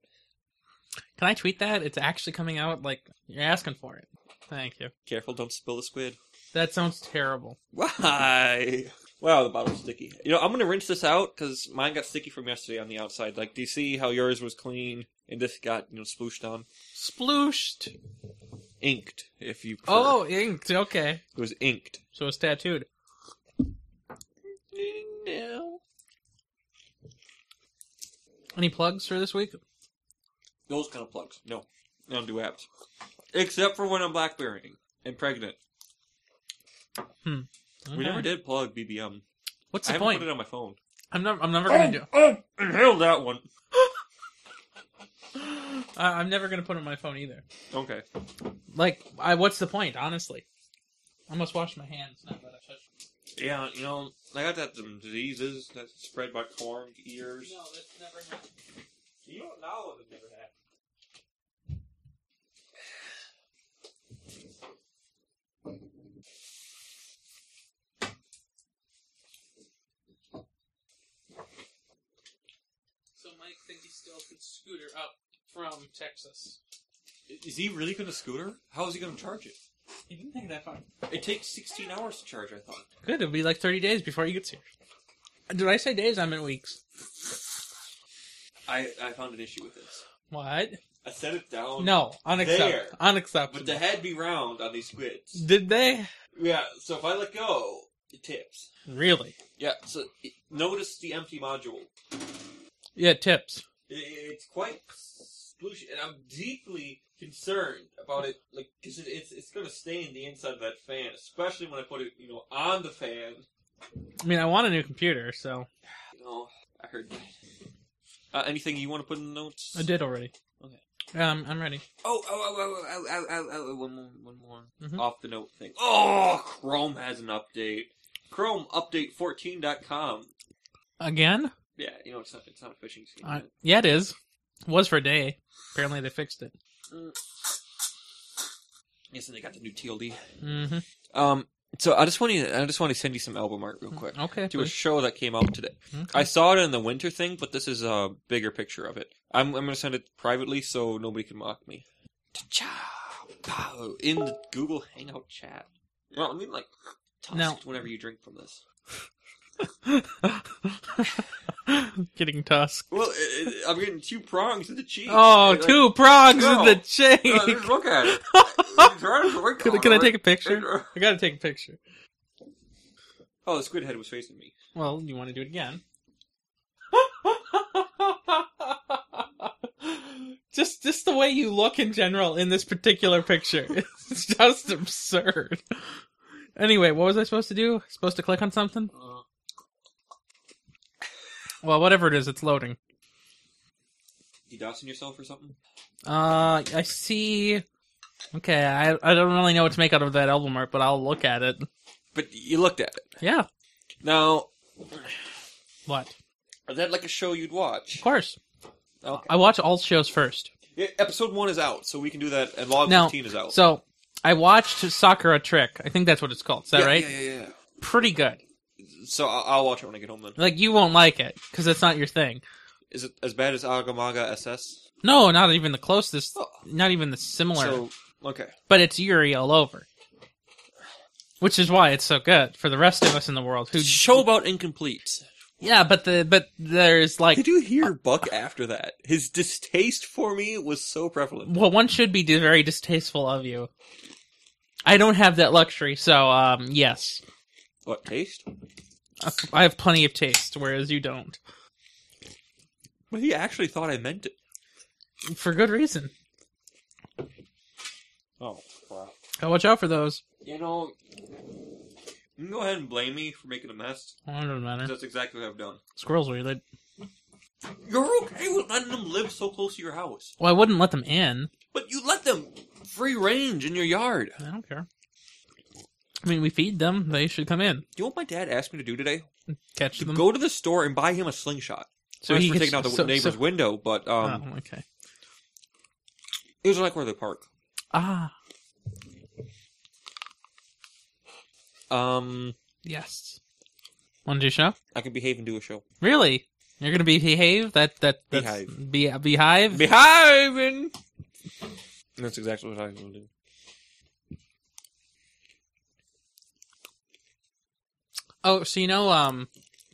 C: Can I tweet that? It's actually coming out. Like you're asking for it. Thank you.
B: Careful, don't spill the squid.
C: That sounds terrible.
B: Why? Wow, the bottle's sticky. You know, I'm gonna rinse this out because mine got sticky from yesterday on the outside. Like, do you see how yours was clean and this got you know splooshed on,
C: Splooshed.
B: inked? If you prefer.
C: Oh, inked. Okay.
B: it was inked.
C: So it's tattooed.
B: No.
C: Any plugs for this week?
B: Those kind of plugs. No, I don't do apps, except for when I'm blackberrying and pregnant. We never did plug BBM.
C: What's
B: I
C: the
B: haven't
C: point?
B: put it on my phone.
C: I'm never. I'm never gonna do.
E: Oh,
B: Inhale that one.
C: I, I'm never gonna put it on my phone either.
B: Okay.
C: Like, I, what's the point? Honestly, I must wash my hands now that I touched.
B: Yeah, you know, I got that some diseases that spread by corn ears.
C: that's never happened.
B: You don't know if it never happened.
C: So Mike thinks he still could scooter up from Texas.
B: Is he really going to scooter? How is he going to charge it?
C: He didn't think that far.
B: It takes 16 hours to charge, I thought.
C: Good. It'll be like 30 days before he gets here. Did I say days? I meant weeks.
B: I, I found an issue with this.
C: What?
B: I set it down.
C: No, unacceptable.
B: There.
C: Unacceptable.
B: But the head be round on these squids.
C: Did they
B: Yeah, so if I let go, it tips.
C: really?
B: Yeah, so it, notice the empty module.
C: Yeah, tips.
B: I- It's quite sploosh, and I'm deeply concerned about it. Like, because it, it's it's going to stain the inside of that fan, especially when I put it, you know, on the fan.
C: I mean, I want a new computer, so
B: You know, I heard that. Uh, anything you want to put in the notes?
C: I did already.
B: Okay.
C: Um, I'm ready.
B: Oh, oh, oh, oh, oh, oh, oh, oh, oh, one more, one more
C: Mhm.
B: off the note thing. Oh, Chrome has an update. Chrome update 14.com.
C: Again?
B: Yeah, you know it's not it's not a phishing scheme.
C: Uh, yeah, it is. Was for a day. Apparently, they fixed it.
B: yes, and they got the new TLD.
C: hmm
B: Um, so I just want you, I just want to send you some album art real quick.
C: Okay.
B: to a
C: please.
B: show that came out today.
C: Okay.
B: I saw it in the winter thing, but this is a bigger picture of it. I'm I'm gonna send it privately so nobody can mock me. Cha pow in the Google Hangout chat. Well, I mean like tossed
C: Now-
B: whenever you drink from this.
C: Getting tusk.
B: Well, it, it, I'm getting two prongs in the cheek.
C: Oh,
B: Like,
C: two prongs
B: no.
C: in the cheek.
B: uh, just look at it. It's right on the right
C: can, can I
B: collar.
C: take a picture? I gotta take a picture.
B: Oh, the squid head was facing me.
C: Well, you want to do it again? just, just the way you look in general in this particular picture. It's just absurd. Anyway, what was I supposed to do? Supposed to click on something?
B: Uh,
C: Well, whatever it is, it's loading.
B: you dousing yourself or something?
C: Uh, I see. Okay, I I don't really know what to make out of that album art, but I'll look at it.
B: But you looked at it.
C: Yeah.
B: Now,
C: What?
B: is that like a show you'd watch?
C: Of course.
B: Okay.
C: I watch all shows first.
B: Yeah, episode one is out, so we can do that. And log
C: No.
B: fifteen is out.
C: So I watched Sakura Trick. I think that's what it's called. Is that
B: yeah,
C: right?
B: Yeah, yeah, yeah.
C: Pretty good.
B: So I'll, I'll watch it when I get home. Then
C: Like you won't like it because it's not your thing.
B: is it as bad as Agamaga SS?
C: No, not even the closest.
B: Oh.
C: Not even the similar.
B: So okay,
C: but it's Yuri all over. which is why it's so good for the rest of us in the world who
B: Showboat incomplete.
C: yeah but the but there's like
B: Did you hear Buck after that? His distaste for me was so prevalent.
C: well one should be di- very distasteful of you i don't have that luxury so um yes
B: What taste?
C: i have plenty of taste whereas you don't
B: Well, he actually thought I meant it.
C: for good reason
B: Oh wow!
C: Gotta watch out for those
B: You know, you can go ahead and blame me for making a mess.
C: oh, it doesn't matter
B: That's exactly what I've done.
C: squirrels are they
B: You're okay with letting them live so close to your house,
C: well i wouldn't let them in
B: but you let them free range in your yard.
C: i don't care i mean we feed them they should come in
B: You know what my dad asked me to do today?
C: catch
B: To
C: them
B: go to the store and buy him a slingshot. So he's for
C: gets-
B: taking out the
C: so-
B: neighbor's
C: so-
B: window, but um,
C: oh, okay
B: it was like where they park.
C: ah
B: Um,
C: yes want to do a show
B: I can behave and do a show.
C: Really? You're gonna be behave? That that that's,
B: Behive.
C: Be, behive.
B: Behaving. That's exactly what I was gonna do.
C: oh, so you know, um,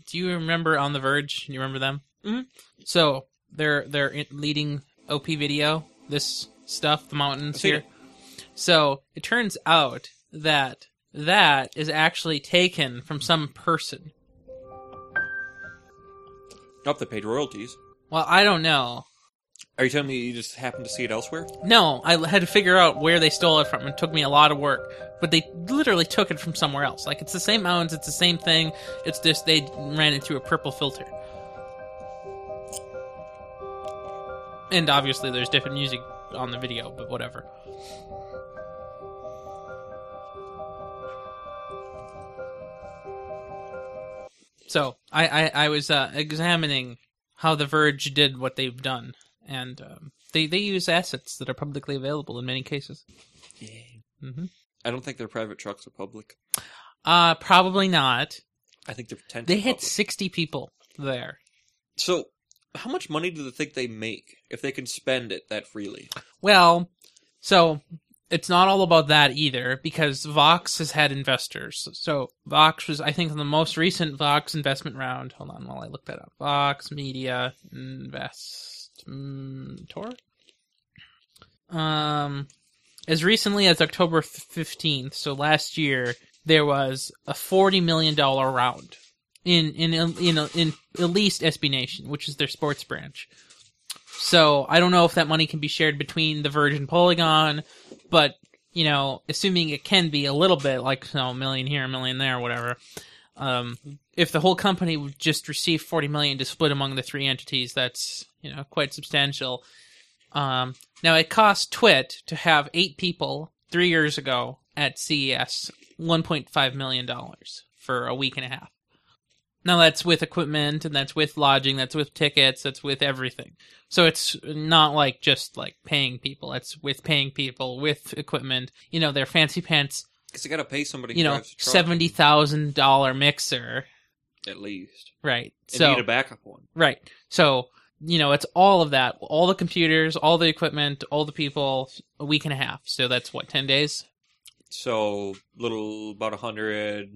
C: do you remember On the Verge? You remember them?
B: Mhm.
C: So they're they're in- leading OP video. This stuff, the mountains
B: seen
C: here. So it turns out that that is actually taken from some person.
B: Up the paid royalties.
C: Well, I don't know.
B: Are you telling me you just happened to see it elsewhere?
C: No, I had to figure out where they stole it from. It took me a lot of work, but they literally took it from somewhere else. Like it's the same mountains, it's the same thing. It's just they ran it through a purple filter. And obviously, there's different music on the video, but whatever. So I I, I was uh, examining how The Verge did what they've done, and um, they they use assets that are publicly available in many cases. Yeah. hmm
B: I don't think their private trucks are public.
C: Uh probably not.
B: I think they're pretending.
C: They had sixty people there.
B: So, how much money do they think they make if they can spend it that freely?
C: Well, so it's not all about that either because Vox has had investors. So Vox was, I think, the most recent Vox investment round. Hold on while I look that up. Vox Media Investor. Um, as recently as October fifteenth, so last year, there was a forty million dollar round in in in in at least SB Nation, which is their sports branch. So I don't know if that money can be shared between the Virgin Polygon, but you know, assuming it can be a little bit, like you know, a million here, a million there, whatever. Um, if the whole company would just receive forty million to split among the three entities, that's you know quite substantial. Um, now it cost Twit to have eight people three years ago at CES one point five million dollars for a week and a half. Now that's with equipment and that's with lodging, that's with tickets, that's with everything. So it's not like just like paying people. It's with paying people with equipment. You know, their fancy pants.
B: Because they got to pay somebody. who
C: You know,
B: drives a truck,
C: seventy thousand dollar mixer.
B: at least.
C: Right.
B: And
C: So
B: need a backup one.
C: right. So you know, it's all of that. All the computers, all the equipment, all the people. A week and a half. So that's what ten days.
B: So little about a hundred,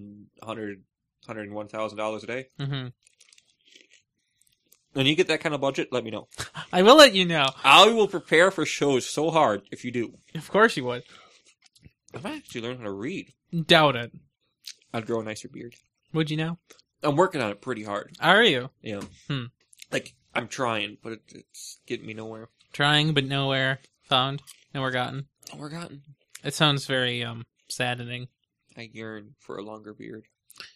B: hundred, hundred and one thousand dollars a day.
C: hmm
B: When you get that kind of budget, let me know.
C: I will let you know.
B: I will prepare for shows so hard if you do.
C: Of course you would.
B: If I actually learn how to read,
C: Doubt it.
B: I'd grow a nicer beard.
C: Would you know?
B: I'm working on it pretty hard.
C: Are you
B: Yeah.
C: Hmm.
B: Like I'm trying, but it, it's getting me nowhere.
C: trying but nowhere found, nowhere gotten?
B: Nowhere gotten.
C: It sounds very um saddening.
B: I yearn for a longer beard.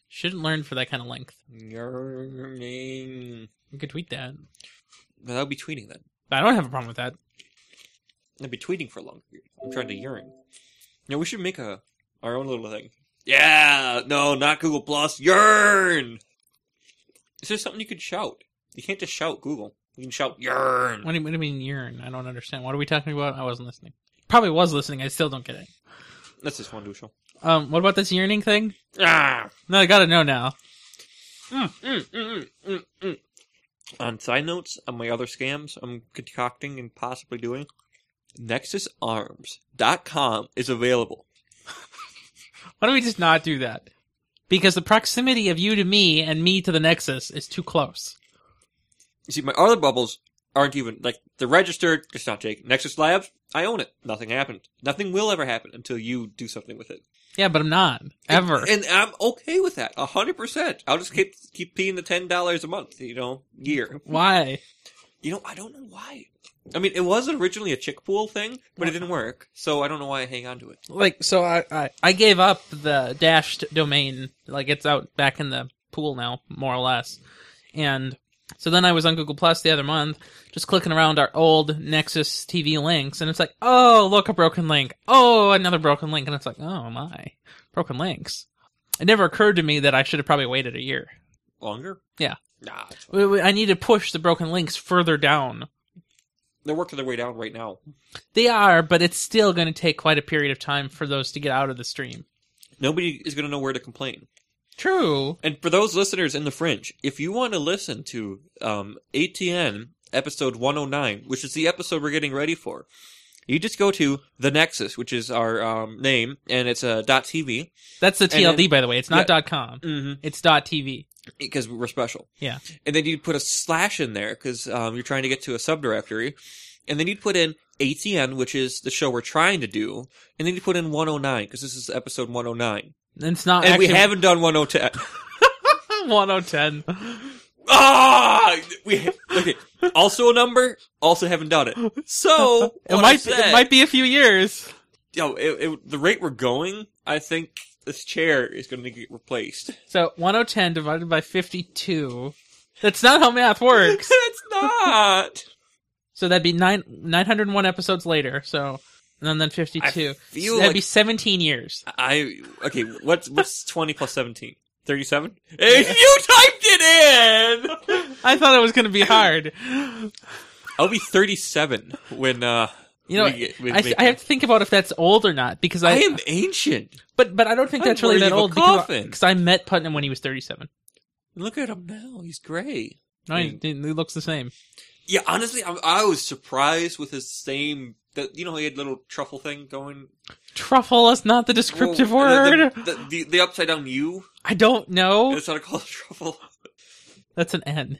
C: Shouldn't learn for that kind of length.
B: Yearning.
C: You could tweet that.
B: No, I'll be tweeting then.
C: But I don't have a problem with that.
B: I'll be tweeting for a longer beard. I'm trying to yearn. No, we should make a our own little thing. Yeah. No, not Google Plus. Yearn. Is there something you could shout? You can't just shout Google. You can shout yearn.
C: What do, you, what do you mean urine? I don't understand. What are we talking about? I wasn't listening. Probably was listening. I still don't get it.
B: That's just one do show.
C: Um, what about this yearning thing?
B: Ah.
C: No, I gotta know now.
B: Mm, mm, mm, mm. On side notes, on my other scams I'm concocting and possibly doing, NexusArms.com is available.
C: Why don't we just not do that? Because the proximity of you to me and me to the Nexus is too close.
B: You see, my other bubbles aren't even like they're registered. It's not Jake Nexus Labs. I own it. Nothing happened. Nothing will ever happen until you do something with it.
C: Yeah, but I'm not ever.
B: And I'm okay with that. A hundred percent. I'll just keep keep paying the ten dollars a month. You know,
C: Mm-hmm.
B: year.
C: Why?
B: You know, I don't know why. I mean, it was originally a chick pool thing, but it didn't work. So I don't know why I hang on to it.
C: Like, so I, I I gave up the dashed domain. Like, it's out back in the pool now, more or less. And so then I was on Google Plus the other month, just clicking around our old Nexus TV links, and it's like, oh, look, a broken link. Oh, another broken link, and it's like, oh my, broken links. It never occurred to me that I should have probably waited a year.
B: Longer?
C: Yeah.
B: Nah, it's fine.
C: We- we- I need to push the broken links further down.
B: they're working their way down right now.
C: They are, but it's still going to take quite a period of time for those to get out of the stream.
B: Nobody is going to know where to complain.
C: True.
B: And for those listeners in the fringe, if you want to listen to um, ATN episode 109, which is the episode we're getting ready for, you just go to the Nexus, which is our um, name, and it's a dot TV
C: That's the
B: then-
C: TLD, by the way. It's not dot .com.
B: mm-hmm.
C: It's dot .tv.
B: because we're special.
C: Yeah.
B: And then you'd put a slash in there because um, you're trying to get to a subdirectory, and then you'd put in ATN, which is the show we're trying to do, and then you put in 109 because this is episode 109,
C: It's not
B: and
C: actually
B: we haven't done 110.
C: 1010.
B: Ah, we okay. Also a number. Also haven't done it. So
C: It might, be, it might be a few years.
B: Yo, it, it, the rate we're going, I think this chair is going to get replaced.
C: So 1010 divided by 52. That's not how math works.
B: it's not.
C: so that'd be nine 901 episodes later. So, and then 52.
B: I feel
C: So that'd
B: like-
C: be 17 years.
B: I okay. What's what's twenty plus seventeen? Thirty-seven. If you typed it in,
C: I thought it was going to be hard.
B: I'll be thirty-seven when uh.
C: You know,
B: we get- we
C: I,
B: make-
C: I have to think about if that's old or not because I,
B: I am ancient.
C: but but I don't think
B: I'm
C: that's really
B: worthy
C: that
B: of a
C: old because,
B: coffin.
C: because I met Putnam when he was 37.
B: Look at him now. He's gray.
C: No, he,
B: Mm.
C: he looks the same.
B: Yeah, honestly, I, I was surprised with his same. That you know, he had little truffle thing going.
C: Truffle is not the descriptive
B: Well,
C: word.
B: The, the, the, the upside down U.
C: I don't know.
B: It's not called truffle.
C: That's an N.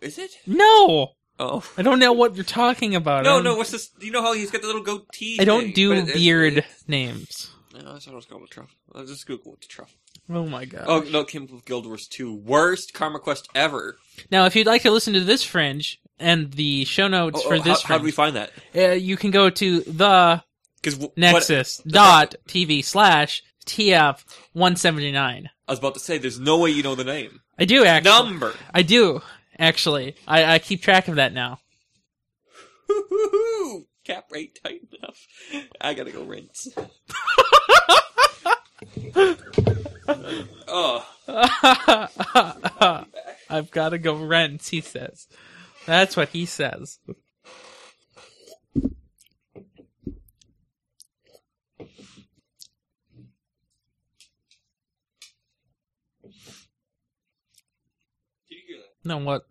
B: Is it?
C: No,
B: Oh.
C: I don't know what you're talking about. I
B: No,
C: don't-
B: no. What's this? You know how he's got the little goatee.
C: I don't
B: thing,
C: do
B: but it- it-
C: beard
B: It,
C: names.
B: no, that's what I was calling truffle. Let's just Google it. Truffle.
C: Oh my god.
B: Oh no, it came with Guild Wars 2. Worst Karma Quest ever.
C: Now, if you'd like to listen to this fringe and the show notes
B: Oh,
C: for
B: oh,
C: this
B: how, how do we
C: fringe,
B: find that?
C: uh, you can go to the
B: Because
C: nexus dot tv slash tf one seventy nine.
B: I was about to say, there's no way you know the name.
C: I do actually.
B: Number.
C: I do actually. I, I keep track of that now.
B: Woo-hoo-hoo. Cap rate tight enough. I gotta go rinse. oh,
C: I've got to go rent. He says. That's what he says.
B: did you hear that?
C: No, what?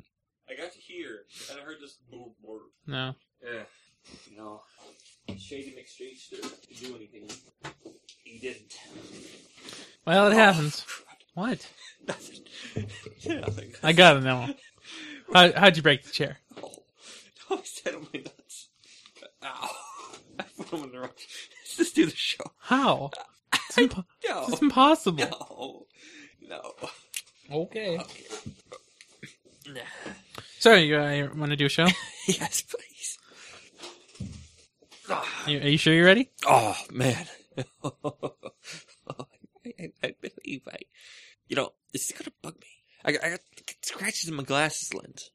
B: I got to hear, and I heard this boom boom.
C: No.
B: Yeah. No. Shady McStreets didn't do anything. He didn't.
C: Well, it happens. What?
B: Nothing. Nothing.
C: I gotta know. How, how'd you break the chair?
B: Oh, no, I said on my nuts. Ow. I put them in the wrong. Let's just do the show.
C: How? It's, impo-
B: No.
C: it's impossible.
B: No. No.
C: Okay. Sorry, you uh, want to do a show?
B: Yes, please.
C: You- are you sure you're ready?
B: Oh, man. I, I, I believe I. You know, this is going to bug me. I, got- I got scratches in my glasses lens.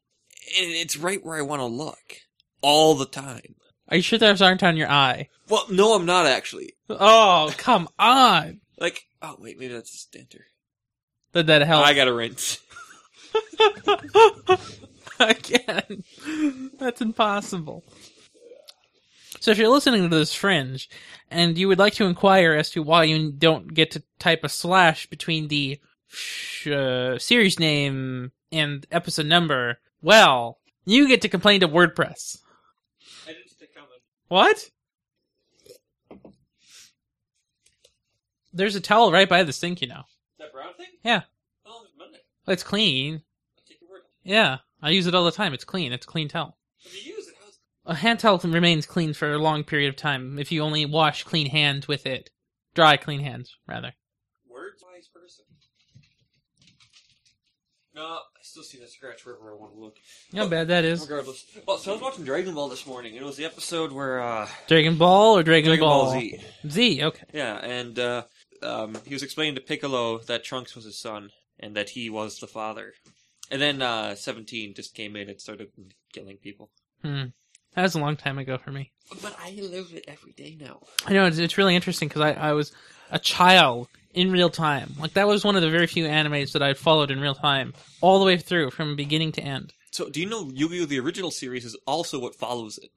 B: And it's right where I want to look. All the time.
C: Are you sure those aren't on your eye?
B: Well, no, I'm not actually.
C: Oh, come on.
B: Like, oh, wait, maybe that's a stentor.
C: Did that help?
B: I got to rinse.
C: Again. That's impossible. So if you're listening to this fringe and you would like to inquire as to why you don't get to type a slash between the sh- uh, series name and episode number, well, you get to complain to WordPress.
B: I didn't stick on
C: What? There's a towel right by the sink, you know.
B: That brown thing?
C: Yeah.
B: Oh, it's Monday.
C: Well, It's clean.
B: I'll take your word.
C: Yeah. I use it all the time. It's clean. It's a clean towel.
B: If you use it, how's
C: A hand towel remains clean for a long period of time if you only wash clean hands with it. Dry clean hands, rather.
B: words wise person? No, I still see that scratch wherever I want to look.
C: You know how bad that is.
B: Regardless. Well, so I was watching Dragon Ball this morning, and it was the episode where uh,
C: Dragon Ball or Dragon,
B: Dragon
C: Ball?
B: Ball Z.
C: Z, okay.
B: Yeah, and uh, um, he was explaining to Piccolo that Trunks was his son and that he was the father. And then uh, 17 just came in and started killing people.
C: Hmm. That was a long time ago for me.
B: But I live it every day now.
C: I know it's, it's really interesting because I, I was a child in real time. Like that was one of the very few animes that I followed in real time, all the way through from beginning to end.
B: So, do you know Yu Gi Oh! the original series is also what follows it?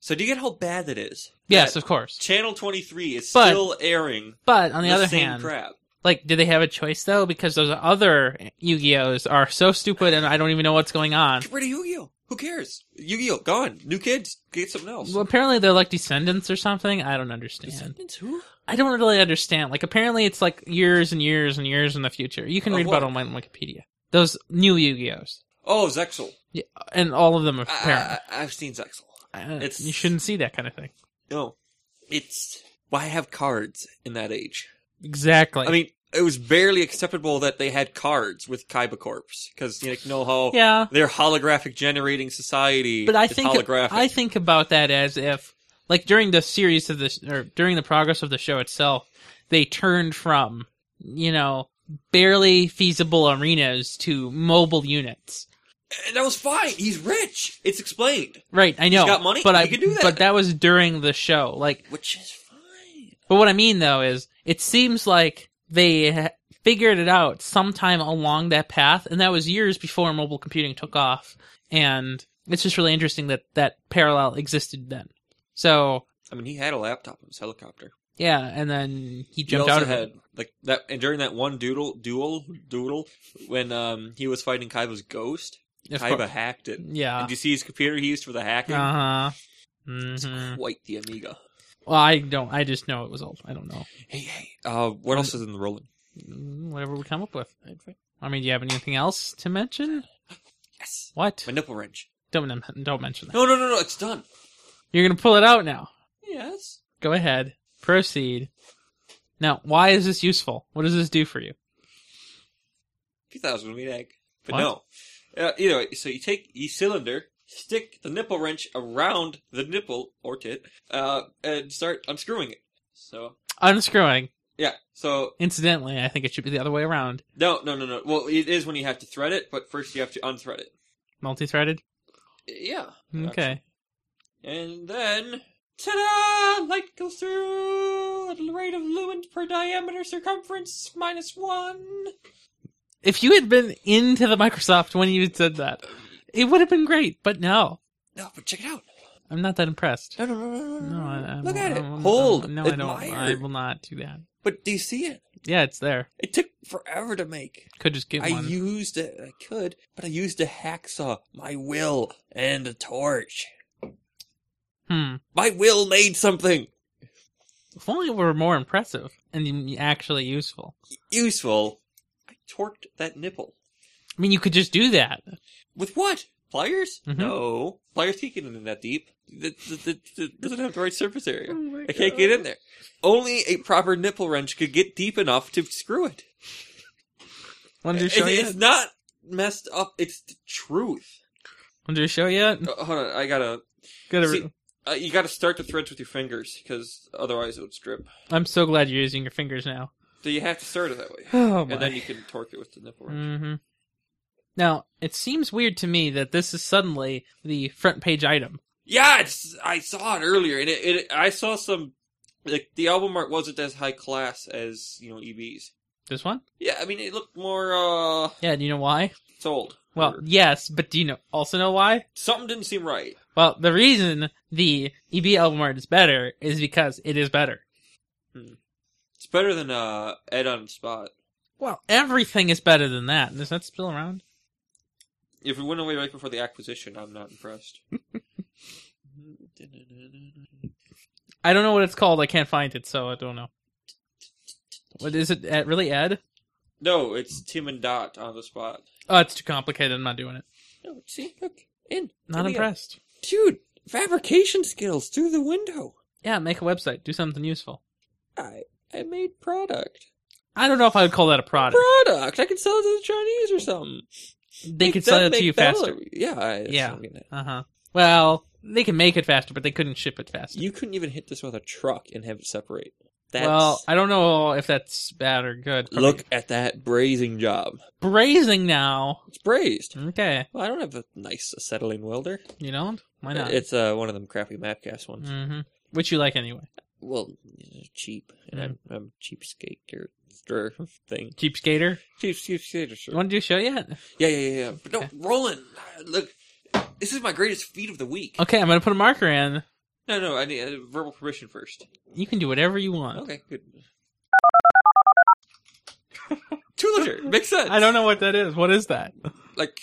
B: So, do you get how bad that is?
C: Yes,
B: That
C: of course.
B: Channel 23 is
C: But-
B: still airing
C: But on the,
B: the
C: other
B: same
C: hand,
B: crap.
C: like, did they have a choice though? Because those other Yu-Gi-Ohs are so stupid, and I don't even know what's going on.
B: Get rid of Yu Gi Oh! Who cares? Yu Gi Oh! Gone. New kids. Get something else.
C: Well, apparently they're like descendants or something. I don't understand.
B: Descendants? Who?
C: I don't really understand. Like, apparently it's like years and years and years in the future. You can
B: Of
C: read
B: what?
C: about them on Wikipedia. Those new Yu-Gi-Ohs,
B: Oh, Zexel.
C: yeah, and all of them are parents.
B: I, I, I've seen Zexel.
C: Uh,
B: Uh, It's-
C: you shouldn't see that kind of thing.
B: No, it's why have cards in that age?
C: Exactly.
B: I mean, it was barely acceptable that they had cards with Kaiba Corpse because you know how
C: yeah,
B: their holographic generating society.
C: but I
B: is
C: think
B: holographic.
C: I think about that as if like during the series of this or during the progress of the show itself, they turned from you know barely feasible arenas to mobile units.
B: and that was fine. He's rich. It's explained,
C: Right, I know.
B: got money,
C: but
B: he
C: I
B: can do that.
C: But that was during the show. Like,
B: which is fine.
C: but what I mean though is, it seems like they ha- figured it out sometime along that path, and that was years before mobile computing took off. And it's just really interesting that that parallel existed then. So
B: I mean, he had a laptop in his helicopter.
C: yeah, and then he
B: He
C: jumped
B: also
C: out of
B: had
C: it.
B: like that, and during that one doodle duel doodle when um he was fighting Kaiba's ghost,
C: Of
B: Kaiba
C: course. Uh.
B: hacked it.
C: Yeah.
B: And do you see his computer he used for the hacking?
C: Uh huh. hmm
B: Quite the Amiga.
C: Well, I don't. I just know it was old. I don't know.
B: Hey, hey. Uh, what else is in the rolling?
C: Mm, Whatever we come up with. I mean, do you have anything else to mention?
B: Yes.
C: What?
B: My nipple wrench.
C: Don't don't mention that.
B: No, no, no, no. It's done.
C: You're gonna pull it out now.
B: Yes.
C: Go ahead. Proceed. Now, why is this useful? What does this do for you?
B: You thought it was gonna be an egg, but
C: What?
B: no. Uh, either way, so you take the cylinder, stick the nipple wrench around the nipple or tit, uh, and start unscrewing it. So
C: Unscrewing.
B: yeah. So
C: Incidentally, I think it should be the other way around.
B: no, no, no, no. Well, it is when you have to thread it, but first you have to unthread it.
C: Multi-threaded.
B: Yeah.
C: Okay.
B: And then, ta-da! Light goes through at a rate of lumens per diameter circumference minus one.
C: If you had been into the Microsoft when you said that, it would have been great. But no,
B: No, but check it out.
C: I'm not that impressed.
B: No, no, no, no, no.
C: No, I,
B: Oh,
C: I
B: Look
C: won't-
B: at
C: I
B: it.
C: won't-
B: Hold.
C: no, I don't.
B: Admire.
C: I will not do that.
B: But do you see it?
C: Yeah, it's there.
B: It took forever to make.
C: Could just get
B: I
C: one.
B: used it. I could, but I used a hacksaw, my will, and a torch.
C: hmm.
B: My will made something
C: If only it were more impressive and actually useful.
B: useful. I torqued that nipple.
C: I mean, you could just do that.
B: With what? Pliers?
C: Mhm.
B: No. Pliers can't get in that deep. That, that, that- that doesn't have the right surface area. I can't get in there. Only a proper nipple wrench could get deep enough to screw it.
C: Want to
B: It's,
C: show you?
B: it's not messed up. It's the truth.
C: Want to show you?
B: Uh, hold on. I gotta.
C: Mm. Gotta
B: See- Uh, you gotta start the threads with your fingers because otherwise it would strip.
C: I'm so glad you're using your fingers now.
B: So you have to start it that way,
C: Oh
B: and then you can torque it with the nipple wrench.
C: hmm Now it seems weird to me that this is suddenly the front page item.
B: Yeah, it's, I saw it earlier, and it, it. I saw some. Like the album art wasn't as high class as you know E EB's.
C: This one?
B: Yeah, I mean it looked more uh
C: Yeah. Do you know why?
B: sold.
C: Well,
B: Or-
C: yes, but do you know also know why?
B: something didn't seem right.
C: Well, the reason the EB album art is better is because it is better.
B: It's better than uh Ed on the spot.
C: Well, everything is better than that. Is that still around?
B: If it went away right before the acquisition, I'm not impressed.
C: I don't know what it's called. I can't find it, so I don't know. What is it? Ed, really, Ed?
B: No, it's Tim and Dot on the spot.
C: Oh, it's too complicated. I'm not doing it.
B: No, see, look, in.
C: Not
B: There we go.
C: impressed.
B: dude. Fabrication skills through the window.
C: Yeah, make a website. Do something useful.
B: I I made product.
C: I don't know if I would call that a product.
B: Product. I could sell it to the Chinese or something.
C: They
B: Make
C: could
B: them
C: sell it to
B: make
C: you
B: dollar-
C: faster.
B: Yeah. I, that's
C: Yeah.
B: what I'm getting at.
C: Uh huh. Well, they can make it faster, but they couldn't ship it faster.
B: You couldn't even hit this with a truck and have it separate. That's
C: Well, I don't know if that's bad or good. but
B: look at that brazing job.
C: brazing now.
B: It's brazed.
C: Okay,
B: Well, I don't have a nice acetylene welder.
C: you don't. Why not?
B: It's uh, one of them crappy Mapcast ones.
C: hmm Which you like anyway.
B: Well, it's cheap, and
C: Mm.
B: I'm I'm cheap skater stir thing.
C: Cheap skater.
B: Cheap cheap skater. Sure.
C: You want to do a show yet?
B: Yeah, yeah, yeah, yeah. But no,
C: Okay.
B: Roland, look, this is my greatest feat of the week.
C: Okay, I'm gonna put a marker in.
B: No, no, I need uh, verbal permission first.
C: You can do whatever you want.
B: Okay, good. Tuiler makes sense.
C: I don't know what that is. What is that?
B: like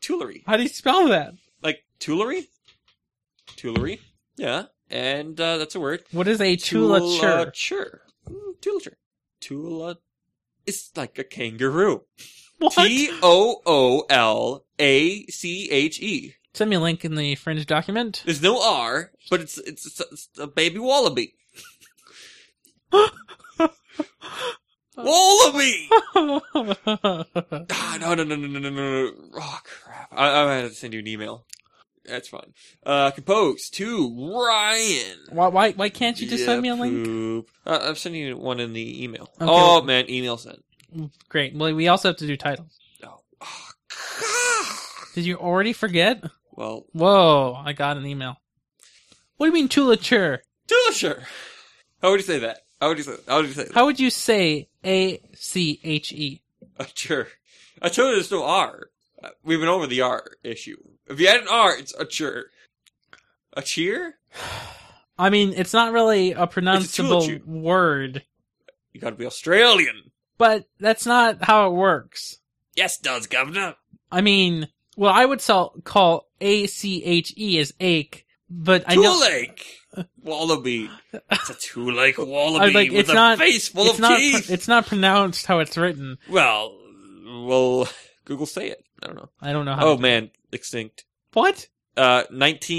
B: Tuilery.
C: How do you spell that?
B: like Tuilery, Tuilery, yeah, and uh, that's a word.
C: What is a tulature?
B: Tulature, Mm, tulature, tula. It's like a kangaroo.
C: What?
B: T O O L A C H E.
C: Send me a link in the fringe document.
B: There's no R, but it's it's, it's, a, it's a baby wallaby. wallaby.
C: All
B: Ah, no, no, no, no, no, no, no. Oh, crap. I, I'm going to send you an email. That's fine. Uh, compose to Ryan.
C: Why, why why can't you just
B: Yeah,
C: send me a link?
B: poop. Uh, I'm sending you one in the email. Oh man, email sent.
C: Great. Well, we also have to do titles.
B: Oh. Ah.
C: Did you already forget?
B: well,
C: Whoa! I got an email. What do you mean tulature?
B: Dillasher. How would you say that? How would you say? That? How would you say? That?
C: How would you say a c h e?
B: Uh, sure. I told you there's no R. Uh, we've been over the R issue. If you add an R, it's a chur. A cheer?
C: I mean, it's not really a
B: tulature.
C: pronounceable word,
B: You gotta be Australian.
C: but that's not how it works.
B: Yes, does governor.
C: I mean, well, I would sell, call A C H E as ache, but I know
B: Tulake wallaby. It's a tulake
C: I
B: wallaby
C: was like,
B: with
C: it's
B: a
C: not
B: face full
C: it's
B: of
C: not
B: teeth.
C: it's not pronounced how it's written.
B: Well, well, Google say it. I don't know.
C: I don't know how.
B: Oh man, extinct.
C: what
B: Uh,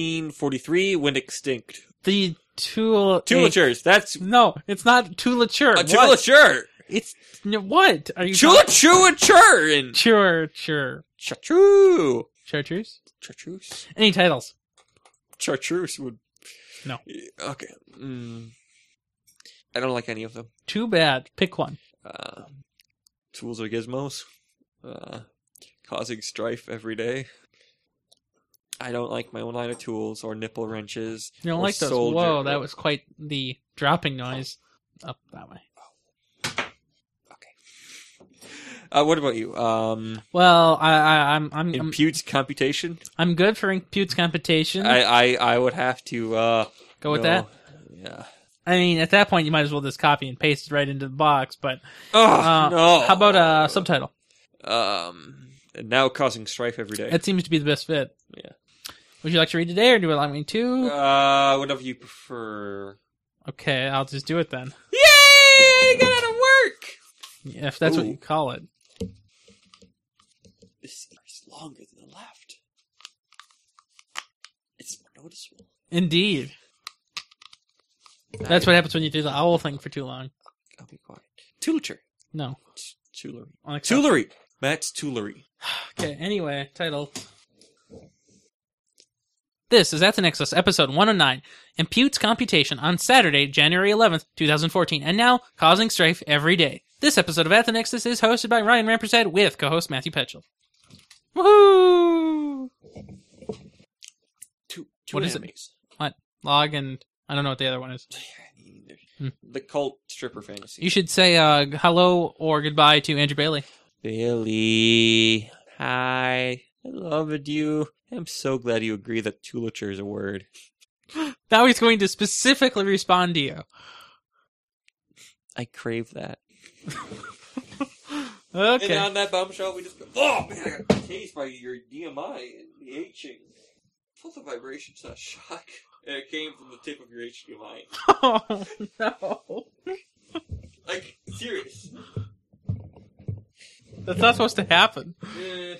B: 1943 went extinct.
C: the tool?
B: Tulatures. That's
C: ache- No, it's not tulature.
B: a
C: What?
B: tulature.
C: It's no, what are you?
B: Chulature and
C: Sure, sure.
B: chartreuse.
C: Chartreuse.
B: Chartreuse.
C: Any titles?
B: Chartreuse would. Eh,
C: No.
B: Okay. Mm. I don't like any of them.
C: Too bad. Pick one.
B: Uh, tools or gizmos. Uh, causing strife every day. I don't like my own line of tools or nipple wrenches.
C: You don't
B: or
C: like those?
B: soldier-
C: Whoa, that was quite the dropping noise. Up that way.
B: Uh, what about you? Um,
C: Well, I, I, I'm, I'm, I'm,
B: imputes computation.
C: I'm good for imputes computation.
B: I, I, I would have to uh,
C: mm. Go with
B: no.
C: that.
B: Yeah.
C: I mean, at that point, you might as well just copy and paste it right into the box. But
B: Oh
C: uh,
B: no!
C: how about a subtitle?
B: um? and now causing strife every day.
C: That seems to be the best fit.
B: Yeah.
C: Would you like to read today, or do you like me to?
B: Uh, whatever you prefer.
C: okay, I'll just do it then.
B: Yay! I got out of work.
C: If that's what
B: Ooh.
C: you call it.
B: This is longer than the left. It's more noticeable.
C: Indeed. That's what happens when you do the owl thing for too long.
B: I'll be quiet. Tulature.
C: No.
B: T- Tulery.
C: Unacceptable.
B: Tulery. Matt's Tulery.
C: Okay, anyway, title. This is At the Nexus, episode 109, Imputes Computation on Saturday, January 11th, 2014, and now Causing Strife Every Day. This episode of At the Nexus is hosted by Ryan Rampersad with co host Matthew Petchel. Woohoo!
B: Two, two
C: What is it?
B: enemies.
C: Log and I don't know what the other one is. Hmm.
B: The cult stripper fantasy.
C: You should say uh, hello or goodbye to Andrew Bailey.
B: Billy, hi. I loved you. I'm so glad you agree that tulature is a word.
C: Now he's going to specifically respond to you.
B: I crave that.
C: Okay.
B: And on that bombshell, we just go, oh man, I got tased by your DMI and the Hing. Felt the vibrations, a shock. And it came from the tip of your HDMI.
C: oh, no.
B: Like, serious.
C: That's not supposed to happen.
B: Eh,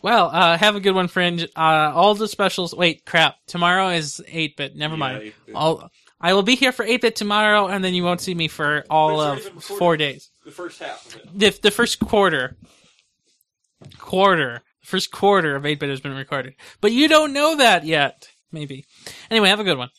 C: Well, uh, have a good one, Fringe. Uh, all the specials. Wait, crap. Tomorrow is 8 bit. Never
B: Yeah,
C: mind.
B: 8-bit.
C: I'll, I will be here for 8 bit tomorrow, and then you won't see me for all
B: But it's not
C: of
B: even recorded.
C: four days.
B: the first half of it.
C: The, the first quarter. Quarter. The first quarter of 8 bit has been recorded. But you don't know that yet. Maybe. Anyway, have a good one.